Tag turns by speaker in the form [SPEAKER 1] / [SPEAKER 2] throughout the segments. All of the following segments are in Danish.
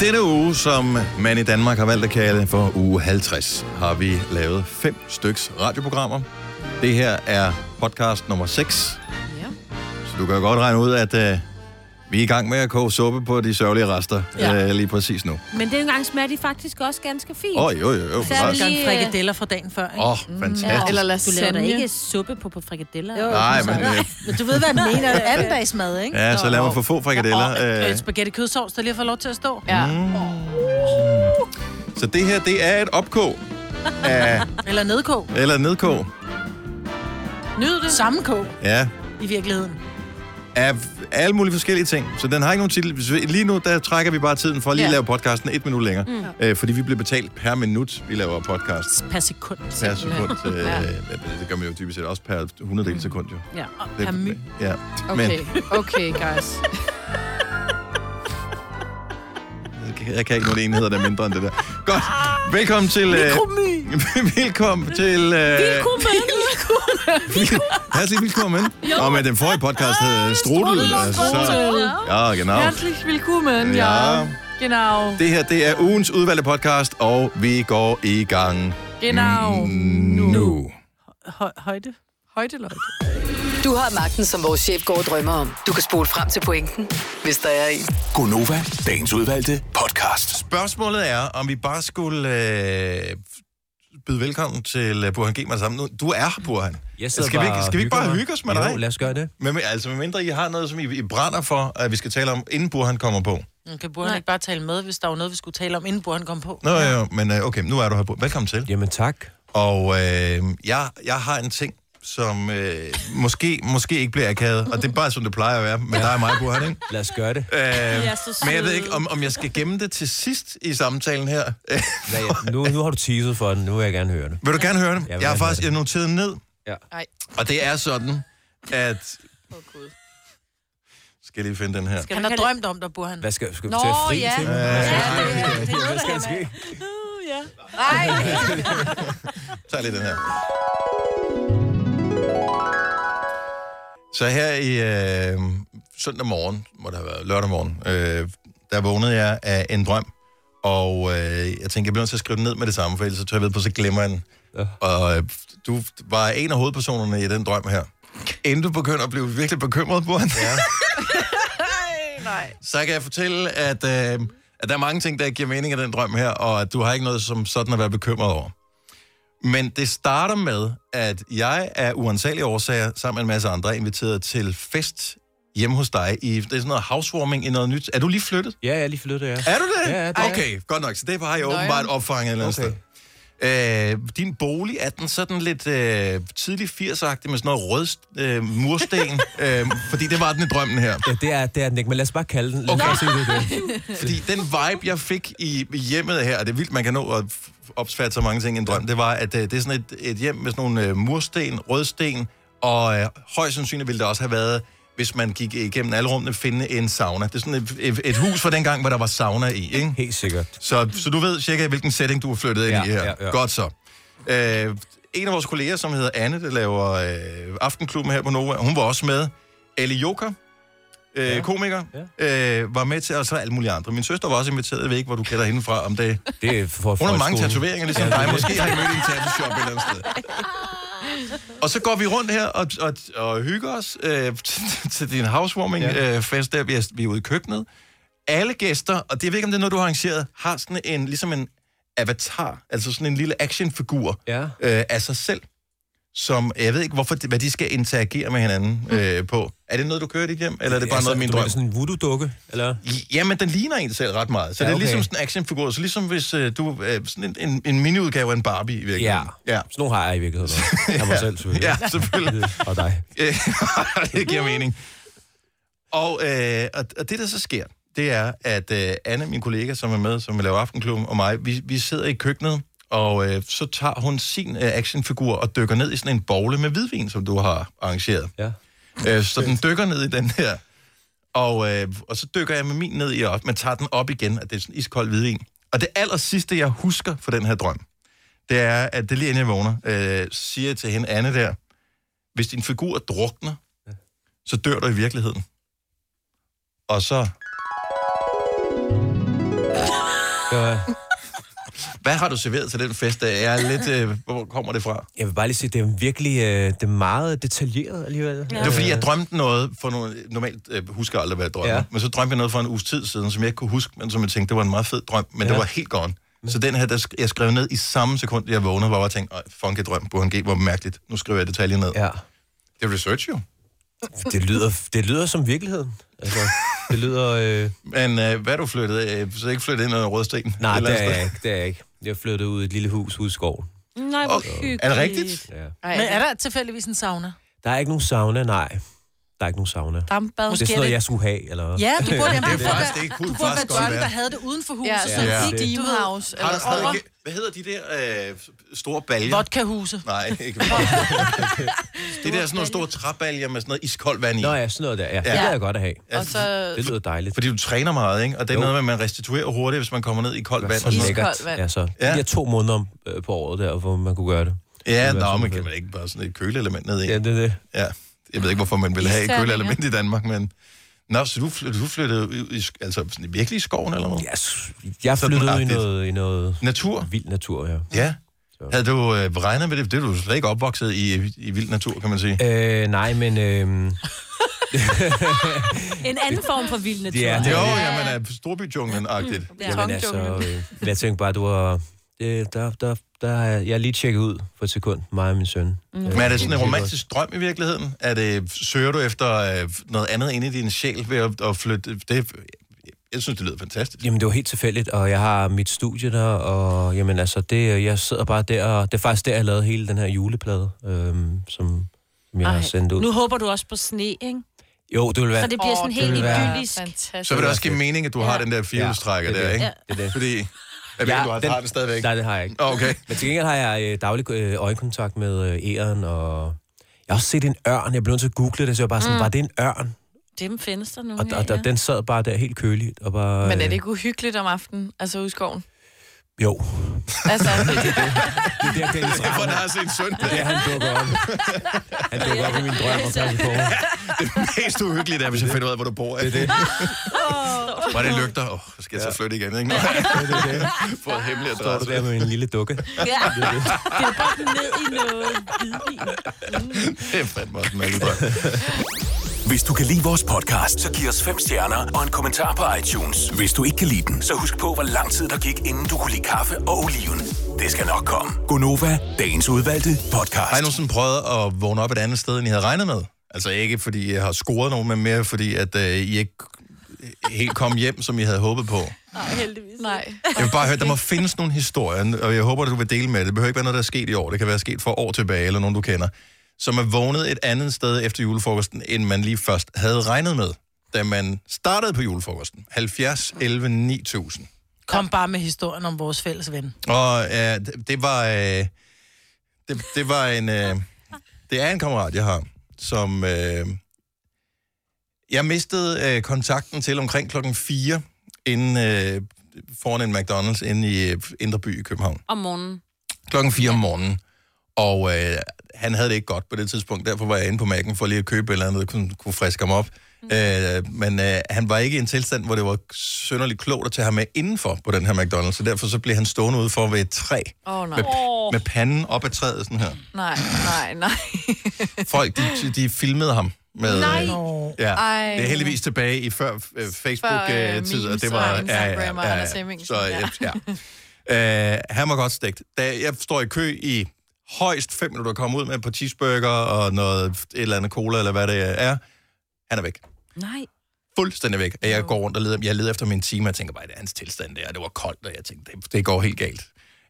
[SPEAKER 1] denne uge, som man i Danmark har valgt at kalde for uge 50, har vi lavet fem styks radioprogrammer. Det her er podcast nummer 6.
[SPEAKER 2] Ja.
[SPEAKER 1] Så du kan jo godt regne ud, at øh, vi er i gang med at koge suppe på de sørgelige rester
[SPEAKER 2] Ja.
[SPEAKER 1] øh, lige præcis nu.
[SPEAKER 3] Men det gang smager de faktisk også ganske fint.
[SPEAKER 1] Åh, oh, jo, jo, jo.
[SPEAKER 3] Så er vi
[SPEAKER 1] Åh,
[SPEAKER 3] lige... øh,
[SPEAKER 4] frikadeller fra dagen før, ikke? Mm.
[SPEAKER 1] oh, fantastisk.
[SPEAKER 2] Eller
[SPEAKER 3] Du laver da
[SPEAKER 2] lasagne.
[SPEAKER 3] ikke suppe på, på frikadeller. Jo.
[SPEAKER 1] Nej, men, øh,
[SPEAKER 4] Men du ved, hvad den mener. Det er anden dags mad, ikke?
[SPEAKER 1] ja, så lad mig for få frikadeller.
[SPEAKER 4] Og
[SPEAKER 1] øh.
[SPEAKER 4] øh, spaghetti kødsovs, der lige har fået lov til at stå.
[SPEAKER 2] Ja.
[SPEAKER 1] Mm, Så det her, det er et opkog. Af,
[SPEAKER 4] Eller nedkog.
[SPEAKER 1] eller et nedkog.
[SPEAKER 4] Nyd det. Sammenkog,
[SPEAKER 1] Ja,
[SPEAKER 4] i virkeligheden.
[SPEAKER 1] af alle mulige forskellige ting. Så den har ikke nogen titel. Hvis vi- Lige nu, der trækker vi bare tiden for at lige
[SPEAKER 2] Ja.
[SPEAKER 1] lave podcasten et minut længere. Mm. Øh, fordi vi bliver betalt per minut, vi laver podcast.
[SPEAKER 4] Per sekund.
[SPEAKER 1] Per sekund. Øh, Det gør man jo typisk set også per 100 del sekund, jo.
[SPEAKER 4] Ja, og
[SPEAKER 1] Det,
[SPEAKER 4] per my.
[SPEAKER 1] ja.
[SPEAKER 2] Okay, okay, guys.
[SPEAKER 1] Men jeg kan ikke nogen enheder, der er mindre end det der. Godt. Velkommen til... Øh, velkommen til... Øh, Lad os lige velkommen. Og med den forrige podcast hed øh, Strudel. øh, Så, ja, genau.
[SPEAKER 2] Herzlich willkommen,
[SPEAKER 1] Ja.
[SPEAKER 2] ja. Genau,
[SPEAKER 1] Det her, det er ugens udvalgte podcast, og vi går i gang
[SPEAKER 2] genau.
[SPEAKER 1] Mm, nu.
[SPEAKER 4] Høj, højde.
[SPEAKER 2] Højdeløjt.
[SPEAKER 5] Du har magten, som vores chef går og drømmer om. Du kan spole frem til pointen, hvis der er en.
[SPEAKER 6] Gonova, dagens udvalgte podcast.
[SPEAKER 1] Spørgsmålet er, om vi bare skulle øh, byde velkommen til øh, Burhan G. sammen. Nu, du er her, Burhan.
[SPEAKER 7] Jeg sidder
[SPEAKER 1] skal, vi ikke,
[SPEAKER 7] og
[SPEAKER 1] skal vi ikke bare
[SPEAKER 7] hygger mig.
[SPEAKER 1] hygge os med
[SPEAKER 7] jo,
[SPEAKER 1] dig?
[SPEAKER 7] lad os gøre det.
[SPEAKER 1] Men, men altså, medmindre I har noget, som I, I brænder for, at vi skal tale om, inden Burhan kommer på.
[SPEAKER 4] Nu Kan Burhan ikke bare tale med, hvis der var noget, vi skulle tale om, inden Burhan kom på?
[SPEAKER 1] Nå, ja. jo, men øh, okay, nu er du her, Burhan. Velkommen til.
[SPEAKER 7] Jamen tak.
[SPEAKER 1] Og øh, jeg, jeg har en ting, som øh, måske, måske ikke bliver akavet, og det er bare, som det plejer at være med dig og mig, Burhan, ikke?
[SPEAKER 7] Lad os gøre det.
[SPEAKER 1] Øh,
[SPEAKER 3] er så
[SPEAKER 1] men jeg ved
[SPEAKER 3] søde.
[SPEAKER 1] ikke, om, om jeg skal gemme det til sidst i samtalen her.
[SPEAKER 7] Hvad, jeg- nu, nu har du teaset for den. Nu vil jeg gerne høre det.
[SPEAKER 1] vil du gerne høre det?
[SPEAKER 7] Jeg vil
[SPEAKER 1] Jeg har
[SPEAKER 7] gerne
[SPEAKER 1] faktisk
[SPEAKER 7] høre
[SPEAKER 1] jeg noteret ned,
[SPEAKER 7] Ja.
[SPEAKER 2] Ej,
[SPEAKER 1] og det er sådan, at...
[SPEAKER 2] åh oh, gud.
[SPEAKER 1] Skal jeg lige finde den her?
[SPEAKER 4] Han har drømt om dig, Burhan.
[SPEAKER 7] Hvad skal, skal du
[SPEAKER 2] Nå,
[SPEAKER 7] tage fri
[SPEAKER 2] ja.
[SPEAKER 7] til?
[SPEAKER 2] Ja,
[SPEAKER 7] Hvad skal der ske?
[SPEAKER 1] Tag lige den her. Så her i øh, søndag morgen, må det have været lørdag morgen, øh, der vågnede jeg af en drøm, og øh, jeg tænkte, jeg bliver nødt til at skrive den ned med det samme, for ellers så tør jeg ved på, så glemmer jeg den.
[SPEAKER 7] Ja.
[SPEAKER 1] Og øh, du var en af hovedpersonerne i den drøm her. Inden du begynder at blive virkelig bekymret på den, ja. så kan jeg fortælle, at, øh, at der er mange ting, der giver mening af den drøm her, og at du har ikke noget som sådan at være bekymret over. Men det starter med, at jeg af uansagelige årsager, sammen med en masse andre, er inviteret til fest hjemme hos dig. I, det er sådan noget housewarming i noget nyt. Er du lige flyttet?
[SPEAKER 7] Ja, jeg er lige flyttet, ja.
[SPEAKER 1] Er du det?
[SPEAKER 7] Ja, ja, det er jeg.
[SPEAKER 1] okay, godt nok. Så det har jeg
[SPEAKER 2] Nå, ja.
[SPEAKER 1] åbenbart opfanget et eller andet
[SPEAKER 7] Okay.
[SPEAKER 1] sted. Øh, din bolig, er den sådan lidt øh, tidlig 80'er-agtig med sådan noget rød øh, mursten? øh, fordi det var den i drømmen her.
[SPEAKER 7] Ja, det er, det er den ikke, men lad os bare kalde den. Lad os
[SPEAKER 1] Okay.
[SPEAKER 7] bare sige, det er det.
[SPEAKER 1] Fordi den vibe, jeg fik i i hjemmet her, og det er vildt, man kan nå at f- opsfatte så mange ting i en drøm, det var, at øh, det er sådan et, et hjem med sådan nogle øh, mursten, rødsten, og øh, højst sandsynligt ville det også have været, hvis man gik igennem alle rummene, finde en sauna. Det er sådan et, et, et hus fra dengang, hvor der var sauna i, ikke?
[SPEAKER 7] Helt sikkert.
[SPEAKER 1] Så, så du ved cirka, hvilken setting du er flyttet ind
[SPEAKER 7] Ja,
[SPEAKER 1] i her.
[SPEAKER 7] ja, ja.
[SPEAKER 1] Godt så. Øh, en af vores kolleger, som hedder Anne, der laver øh, Aftenklubben her på Nova, hun var også med. Ali Joker, øh,
[SPEAKER 7] Ja.
[SPEAKER 1] komiker, ja. Øh, var med til, og så alle mulige andre. Min søster var også inviteret, jeg ved ikke, hvor du kender hende fra, om det.
[SPEAKER 7] Det er for
[SPEAKER 1] Hun har
[SPEAKER 7] folkeskolen.
[SPEAKER 1] mange tatoveringer, ligesom
[SPEAKER 7] Ja, det er
[SPEAKER 1] dig.
[SPEAKER 7] det.
[SPEAKER 1] Måske har I mødt i en tattoo-shop et eller andet sted. Og så går vi rundt her og, og, og hygger os øh, til din housewarming-fest,
[SPEAKER 7] Ja.
[SPEAKER 1] øh, fest der vi er, vi er ude i køkkenet. Alle gæster, og det jeg ved ikke, om det er noget, du har arrangeret, har sådan en, ligesom en avatar, altså sådan en lille actionfigur
[SPEAKER 7] Ja.
[SPEAKER 1] øh, af sig selv, som jeg ved ikke, hvorfor de, hvad de skal interagere med hinanden øh, på. Er det noget, du kører i dit hjem, eller er det bare
[SPEAKER 7] Mm. Altså,
[SPEAKER 1] noget, min
[SPEAKER 7] du
[SPEAKER 1] drøm?
[SPEAKER 7] mener sådan en voodoo-dukke, eller?
[SPEAKER 1] Jamen, den ligner en selv ret meget. Så ja,
[SPEAKER 7] Ja,
[SPEAKER 1] okay. det er
[SPEAKER 7] okay.
[SPEAKER 1] ligesom sådan en actionfigur. Så ligesom hvis øh, du... Øh, sådan en, en, en miniudgave af en Barbie, i
[SPEAKER 7] Ja.
[SPEAKER 1] virkeligheden.
[SPEAKER 7] ja. Sådan nogle har jeg i virkeligheden også. Jeg mig selv, selvfølgelig.
[SPEAKER 1] Ja, selvfølgelig.
[SPEAKER 7] Og dig.
[SPEAKER 1] Øh, det giver mening. Og, øh, og, og det, der så sker, det er, at øh, Anne, min kollega, som er med, som laver Aftenklubben, og mig, vi, vi sidder i køkkenet, og øh, så tager hun sin øh, actionfigur og dykker ned i sådan en bogle med hvidvin, som du har arrangeret.
[SPEAKER 7] Ja.
[SPEAKER 1] Øh, så den dykker ned i den her. Og, øh, og så dykker jeg med min ned i op, men tager den op igen, og det er sådan iskold hvidvin. Og det aller sidste, jeg husker for den her drøm, det er, at det lige inden jeg vågner, øh, siger jeg til hende, Anne der, hvis din figur drukner, så dør du i virkeligheden. Og så...
[SPEAKER 7] Det var,
[SPEAKER 1] Hvad har du serveret til den fest? Jeg er lidt... Øh, hvor kommer det fra?
[SPEAKER 7] jeg vil bare lige sige, det er virkelig øh, det er meget detaljeret alligevel.
[SPEAKER 1] Det var fordi, jeg drømte noget for nogle... Normalt øh, husker jeg aldrig, hvad jeg drømmer. Ja.
[SPEAKER 7] Ja.
[SPEAKER 1] Men så drømte jeg noget for en uges tid siden, som jeg ikke kunne huske, men som jeg tænkte, det var en meget fed drøm, men ja. det
[SPEAKER 7] Ja.
[SPEAKER 1] var helt gone. Så den her, der sk- jeg skrev ned i samme sekund, jeg vågnede, hvor jeg tænkte, "Ej, funky drøm, Burhan G, hvor mærkeligt. Nu skriver jeg detaljer ned. Ja.
[SPEAKER 7] Ja.
[SPEAKER 1] Det er research jo.
[SPEAKER 7] Det lyder, det lyder som virkeligheden. Altså, det lyder... Øh,
[SPEAKER 1] Men øh, hvad er du flyttet af? Så ikke flyttet ind under rødsten?
[SPEAKER 7] nej,
[SPEAKER 1] Et eller
[SPEAKER 7] det
[SPEAKER 1] andet
[SPEAKER 7] er
[SPEAKER 1] sted?
[SPEAKER 7] jeg ikke. Det er jeg ikke. Jeg flyttede ud i et lille hus ude i skoven.
[SPEAKER 3] Nej, hvor hyggeligt.
[SPEAKER 1] Er det rigtigt?
[SPEAKER 7] Ja.
[SPEAKER 4] Men er der tilfældigvis en sauna?
[SPEAKER 7] Der er ikke nogen sauna, nej. Der er ikke nogen sauna. Det
[SPEAKER 4] Dampbad.
[SPEAKER 7] er
[SPEAKER 4] Måske
[SPEAKER 7] sådan noget, jeg skulle have, eller hvad?
[SPEAKER 4] Ja, du burde, jamen,
[SPEAKER 1] Det er
[SPEAKER 4] du burde
[SPEAKER 1] faktisk-
[SPEAKER 4] være-
[SPEAKER 1] Altså, det kunne
[SPEAKER 4] du burde
[SPEAKER 1] faktisk
[SPEAKER 4] være
[SPEAKER 1] godt
[SPEAKER 4] John,
[SPEAKER 1] være.
[SPEAKER 4] der havde det uden for huset.
[SPEAKER 2] Ja,
[SPEAKER 4] så
[SPEAKER 1] ja.
[SPEAKER 4] ja.
[SPEAKER 2] det.
[SPEAKER 4] i Demohouse.
[SPEAKER 1] Har
[SPEAKER 4] Eller
[SPEAKER 1] du
[SPEAKER 4] over
[SPEAKER 1] stadig, hvad hedder de der øh, store baljer?
[SPEAKER 4] vodkahuse.
[SPEAKER 1] Nej, ikke Det der sådan nogle store træbaljer med sådan noget iskoldt vand i.
[SPEAKER 7] Nå ja, sådan noget der. Ja, det kan jeg godt at have.
[SPEAKER 1] Ja,
[SPEAKER 4] Og så
[SPEAKER 7] Det lyder dejligt.
[SPEAKER 1] Fordi du træner meget, ikke? Og det er
[SPEAKER 7] Jo.
[SPEAKER 1] noget med, at man restituerer hurtigt, hvis man kommer ned i koldt vand.
[SPEAKER 7] så
[SPEAKER 1] Og sådan noget.
[SPEAKER 7] lækkert.
[SPEAKER 4] Iskoldt vand.
[SPEAKER 7] Ja, så.
[SPEAKER 1] Ja.
[SPEAKER 7] Ja. De her to måneder om, øh, på året der, hvor man kunne gøre det.
[SPEAKER 1] Ja,
[SPEAKER 7] Det ville være
[SPEAKER 1] nå,
[SPEAKER 7] super
[SPEAKER 1] man kan
[SPEAKER 7] fedt.
[SPEAKER 1] man ikke bare sådan et køleelement ned i.
[SPEAKER 7] Ja, det er det.
[SPEAKER 1] Ja. Jeg ved ikke, hvorfor man ville have et
[SPEAKER 2] Isterninger.
[SPEAKER 1] køleelement i Danmark, men... Nå, så du, fly, du flyttede ud i, sk- altså, sådan, virkelig i skoven eller noget?
[SPEAKER 7] Jeg, s- jeg
[SPEAKER 1] Sådan
[SPEAKER 7] flyttede ud i
[SPEAKER 1] agtigt.
[SPEAKER 7] noget, i noget
[SPEAKER 1] Natur?
[SPEAKER 7] vild natur, ja.
[SPEAKER 1] Ja. Havde du øh, regnet med det? Det er du slet ikke opvokset i, i vild natur, kan man sige.
[SPEAKER 7] Øh, nej, men... Øh,
[SPEAKER 3] En anden form for vild natur.
[SPEAKER 7] Det er det.
[SPEAKER 1] Jo, øh- ja, man er storbyjunglen-agtigt.
[SPEAKER 7] Jamen altså, øh, men jeg tænkte bare, du var... Det, der, der, der, er- jeg er lige tjekket ud for et sekund, mig og min søn. Mm.
[SPEAKER 1] Men er det sådan en romantisk drøm i virkeligheden? Er det, søger du efter øh, noget andet inde i din sjæl ved at, at flytte? Det, jeg synes, det lyder fantastisk.
[SPEAKER 7] Jamen, det var helt tilfældigt, og jeg har mit studie der, og jamen, altså, det, øh, jeg sidder bare der, og det er faktisk der, jeg lavede hele den her juleplade, øhm, som som jeg har sendt ud.
[SPEAKER 3] Nu håber du også på sne, ikke?
[SPEAKER 7] Jo, det vil være...
[SPEAKER 3] Så det bliver sådan
[SPEAKER 7] det
[SPEAKER 3] helt
[SPEAKER 7] vil være-
[SPEAKER 3] idyllisk.
[SPEAKER 1] Så vil det også give mening, at du har den der firehjulstrækker
[SPEAKER 7] Ja, det er
[SPEAKER 1] der,
[SPEAKER 7] det.
[SPEAKER 1] ikke?
[SPEAKER 7] Ja. Det er det.
[SPEAKER 1] Fordi, jeg ved, ikke, du har, den, har det stadigvæk.
[SPEAKER 7] Nej, det har jeg ikke.
[SPEAKER 1] Okay.
[SPEAKER 7] Men til gengæld har jeg øh, daglig øh, øjenkontakt med øh, æren, og jeg har også set en ørn. Jeg blev nødt til at google det, så jeg var bare sådan, mm. var det en ørn?
[SPEAKER 3] Dem findes der nogle
[SPEAKER 7] Og, og, og den sad bare der helt køligt. Og bare,
[SPEAKER 2] Men er det
[SPEAKER 7] øh,
[SPEAKER 2] ikke uhyggeligt om aftenen, altså ude i skoven?
[SPEAKER 7] Jo.
[SPEAKER 2] Altså,
[SPEAKER 7] Det er der, Dennis
[SPEAKER 1] For der
[SPEAKER 7] Rahmer,
[SPEAKER 1] har set søndag.
[SPEAKER 7] det er, han dukker op. Han dukker op i min drøm og passer på.
[SPEAKER 1] Det mest uhyggelige er, hvis jeg finder ud af, hvor du bor. Det er det. Hvor det lygter. Åh, skal jeg så flytte igen, ikke? Nej. For en hemmelig
[SPEAKER 7] Står du
[SPEAKER 1] adresse.
[SPEAKER 7] der med en lille dukke?
[SPEAKER 3] Ja. Det er bare ned i noget hvidvin.
[SPEAKER 1] Det er fandme også en mærkelig drøm.
[SPEAKER 6] Hvis du kan lide vores podcast, så giv os fem stjerner og en kommentar på iTunes. Hvis du ikke kan lide den, så husk på, hvor lang tid der gik, inden du kunne lide kaffe og oliven. Det skal nok komme. Gonova, dagens udvalgte podcast.
[SPEAKER 1] Har I nogensinde prøvet at vågne op et andet sted, end I havde regnet med? Altså ikke fordi jeg har scoret nogen, men mere fordi, at øh, I ikke helt kom hjem, som I havde håbet på.
[SPEAKER 2] nej.
[SPEAKER 1] Jeg vil bare høre, der må findes nogle historier, og jeg håber, at du vil dele med det. Det behøver ikke være noget, der er sket i år. Det kan være sket for år tilbage, eller nogen, du kender. Som er vågnet et andet sted efter julefrokosten, end man lige først havde regnet med, da man startede på julefrokosten. 70, 11, 9000.
[SPEAKER 4] Kom bare med historien om vores fælles ven.
[SPEAKER 1] Og øh, det- det var... Øh, det, det var en... Øh, det er en kammerat, jeg har, som... Øh, jeg mistede øh, kontakten til omkring klokken 4 inden, øh, foran en McDonald's inde i øh, Indre By i København.
[SPEAKER 3] Om morgenen.
[SPEAKER 1] Klokken 4 om morgenen. Og øh, han havde det ikke godt på det tidspunkt, derfor var jeg inde på Mac'en for lige at købe et eller andet, der kunne, kunne friske ham op. Mm. Øh, men øh, han var ikke i en tilstand, hvor det var synderligt klogt at tage ham med indenfor på den her McDonald's, så derfor så blev han stående ude for ved et træ
[SPEAKER 2] Åh, oh, nej.
[SPEAKER 1] med, med panden op ad træet sådan her.
[SPEAKER 2] Nej, nej, nej.
[SPEAKER 1] Folk, de, de filmede ham. Med, Nej. Ja.
[SPEAKER 2] Ej.
[SPEAKER 1] Det er heldigvis tilbage i før
[SPEAKER 2] Før, øh,
[SPEAKER 1] Facebook-tid, og
[SPEAKER 2] memes
[SPEAKER 1] det
[SPEAKER 2] og
[SPEAKER 1] var...
[SPEAKER 2] Instagram og Anders Hemmingsen,
[SPEAKER 1] Så, ja. ja. Øh, han var godt stegt. Da jeg står i kø i højst fem minutter, kommer ud med et par cheeseburger og noget, et eller andet cola, eller hvad det er, han er væk
[SPEAKER 3] Nej.
[SPEAKER 1] fuldstændig væk, at jeg går rundt og leder, jeg leder efter min time, og jeg tænker bare, det er hans tilstand der, det var koldt, og jeg tænkte, det, det går helt galt.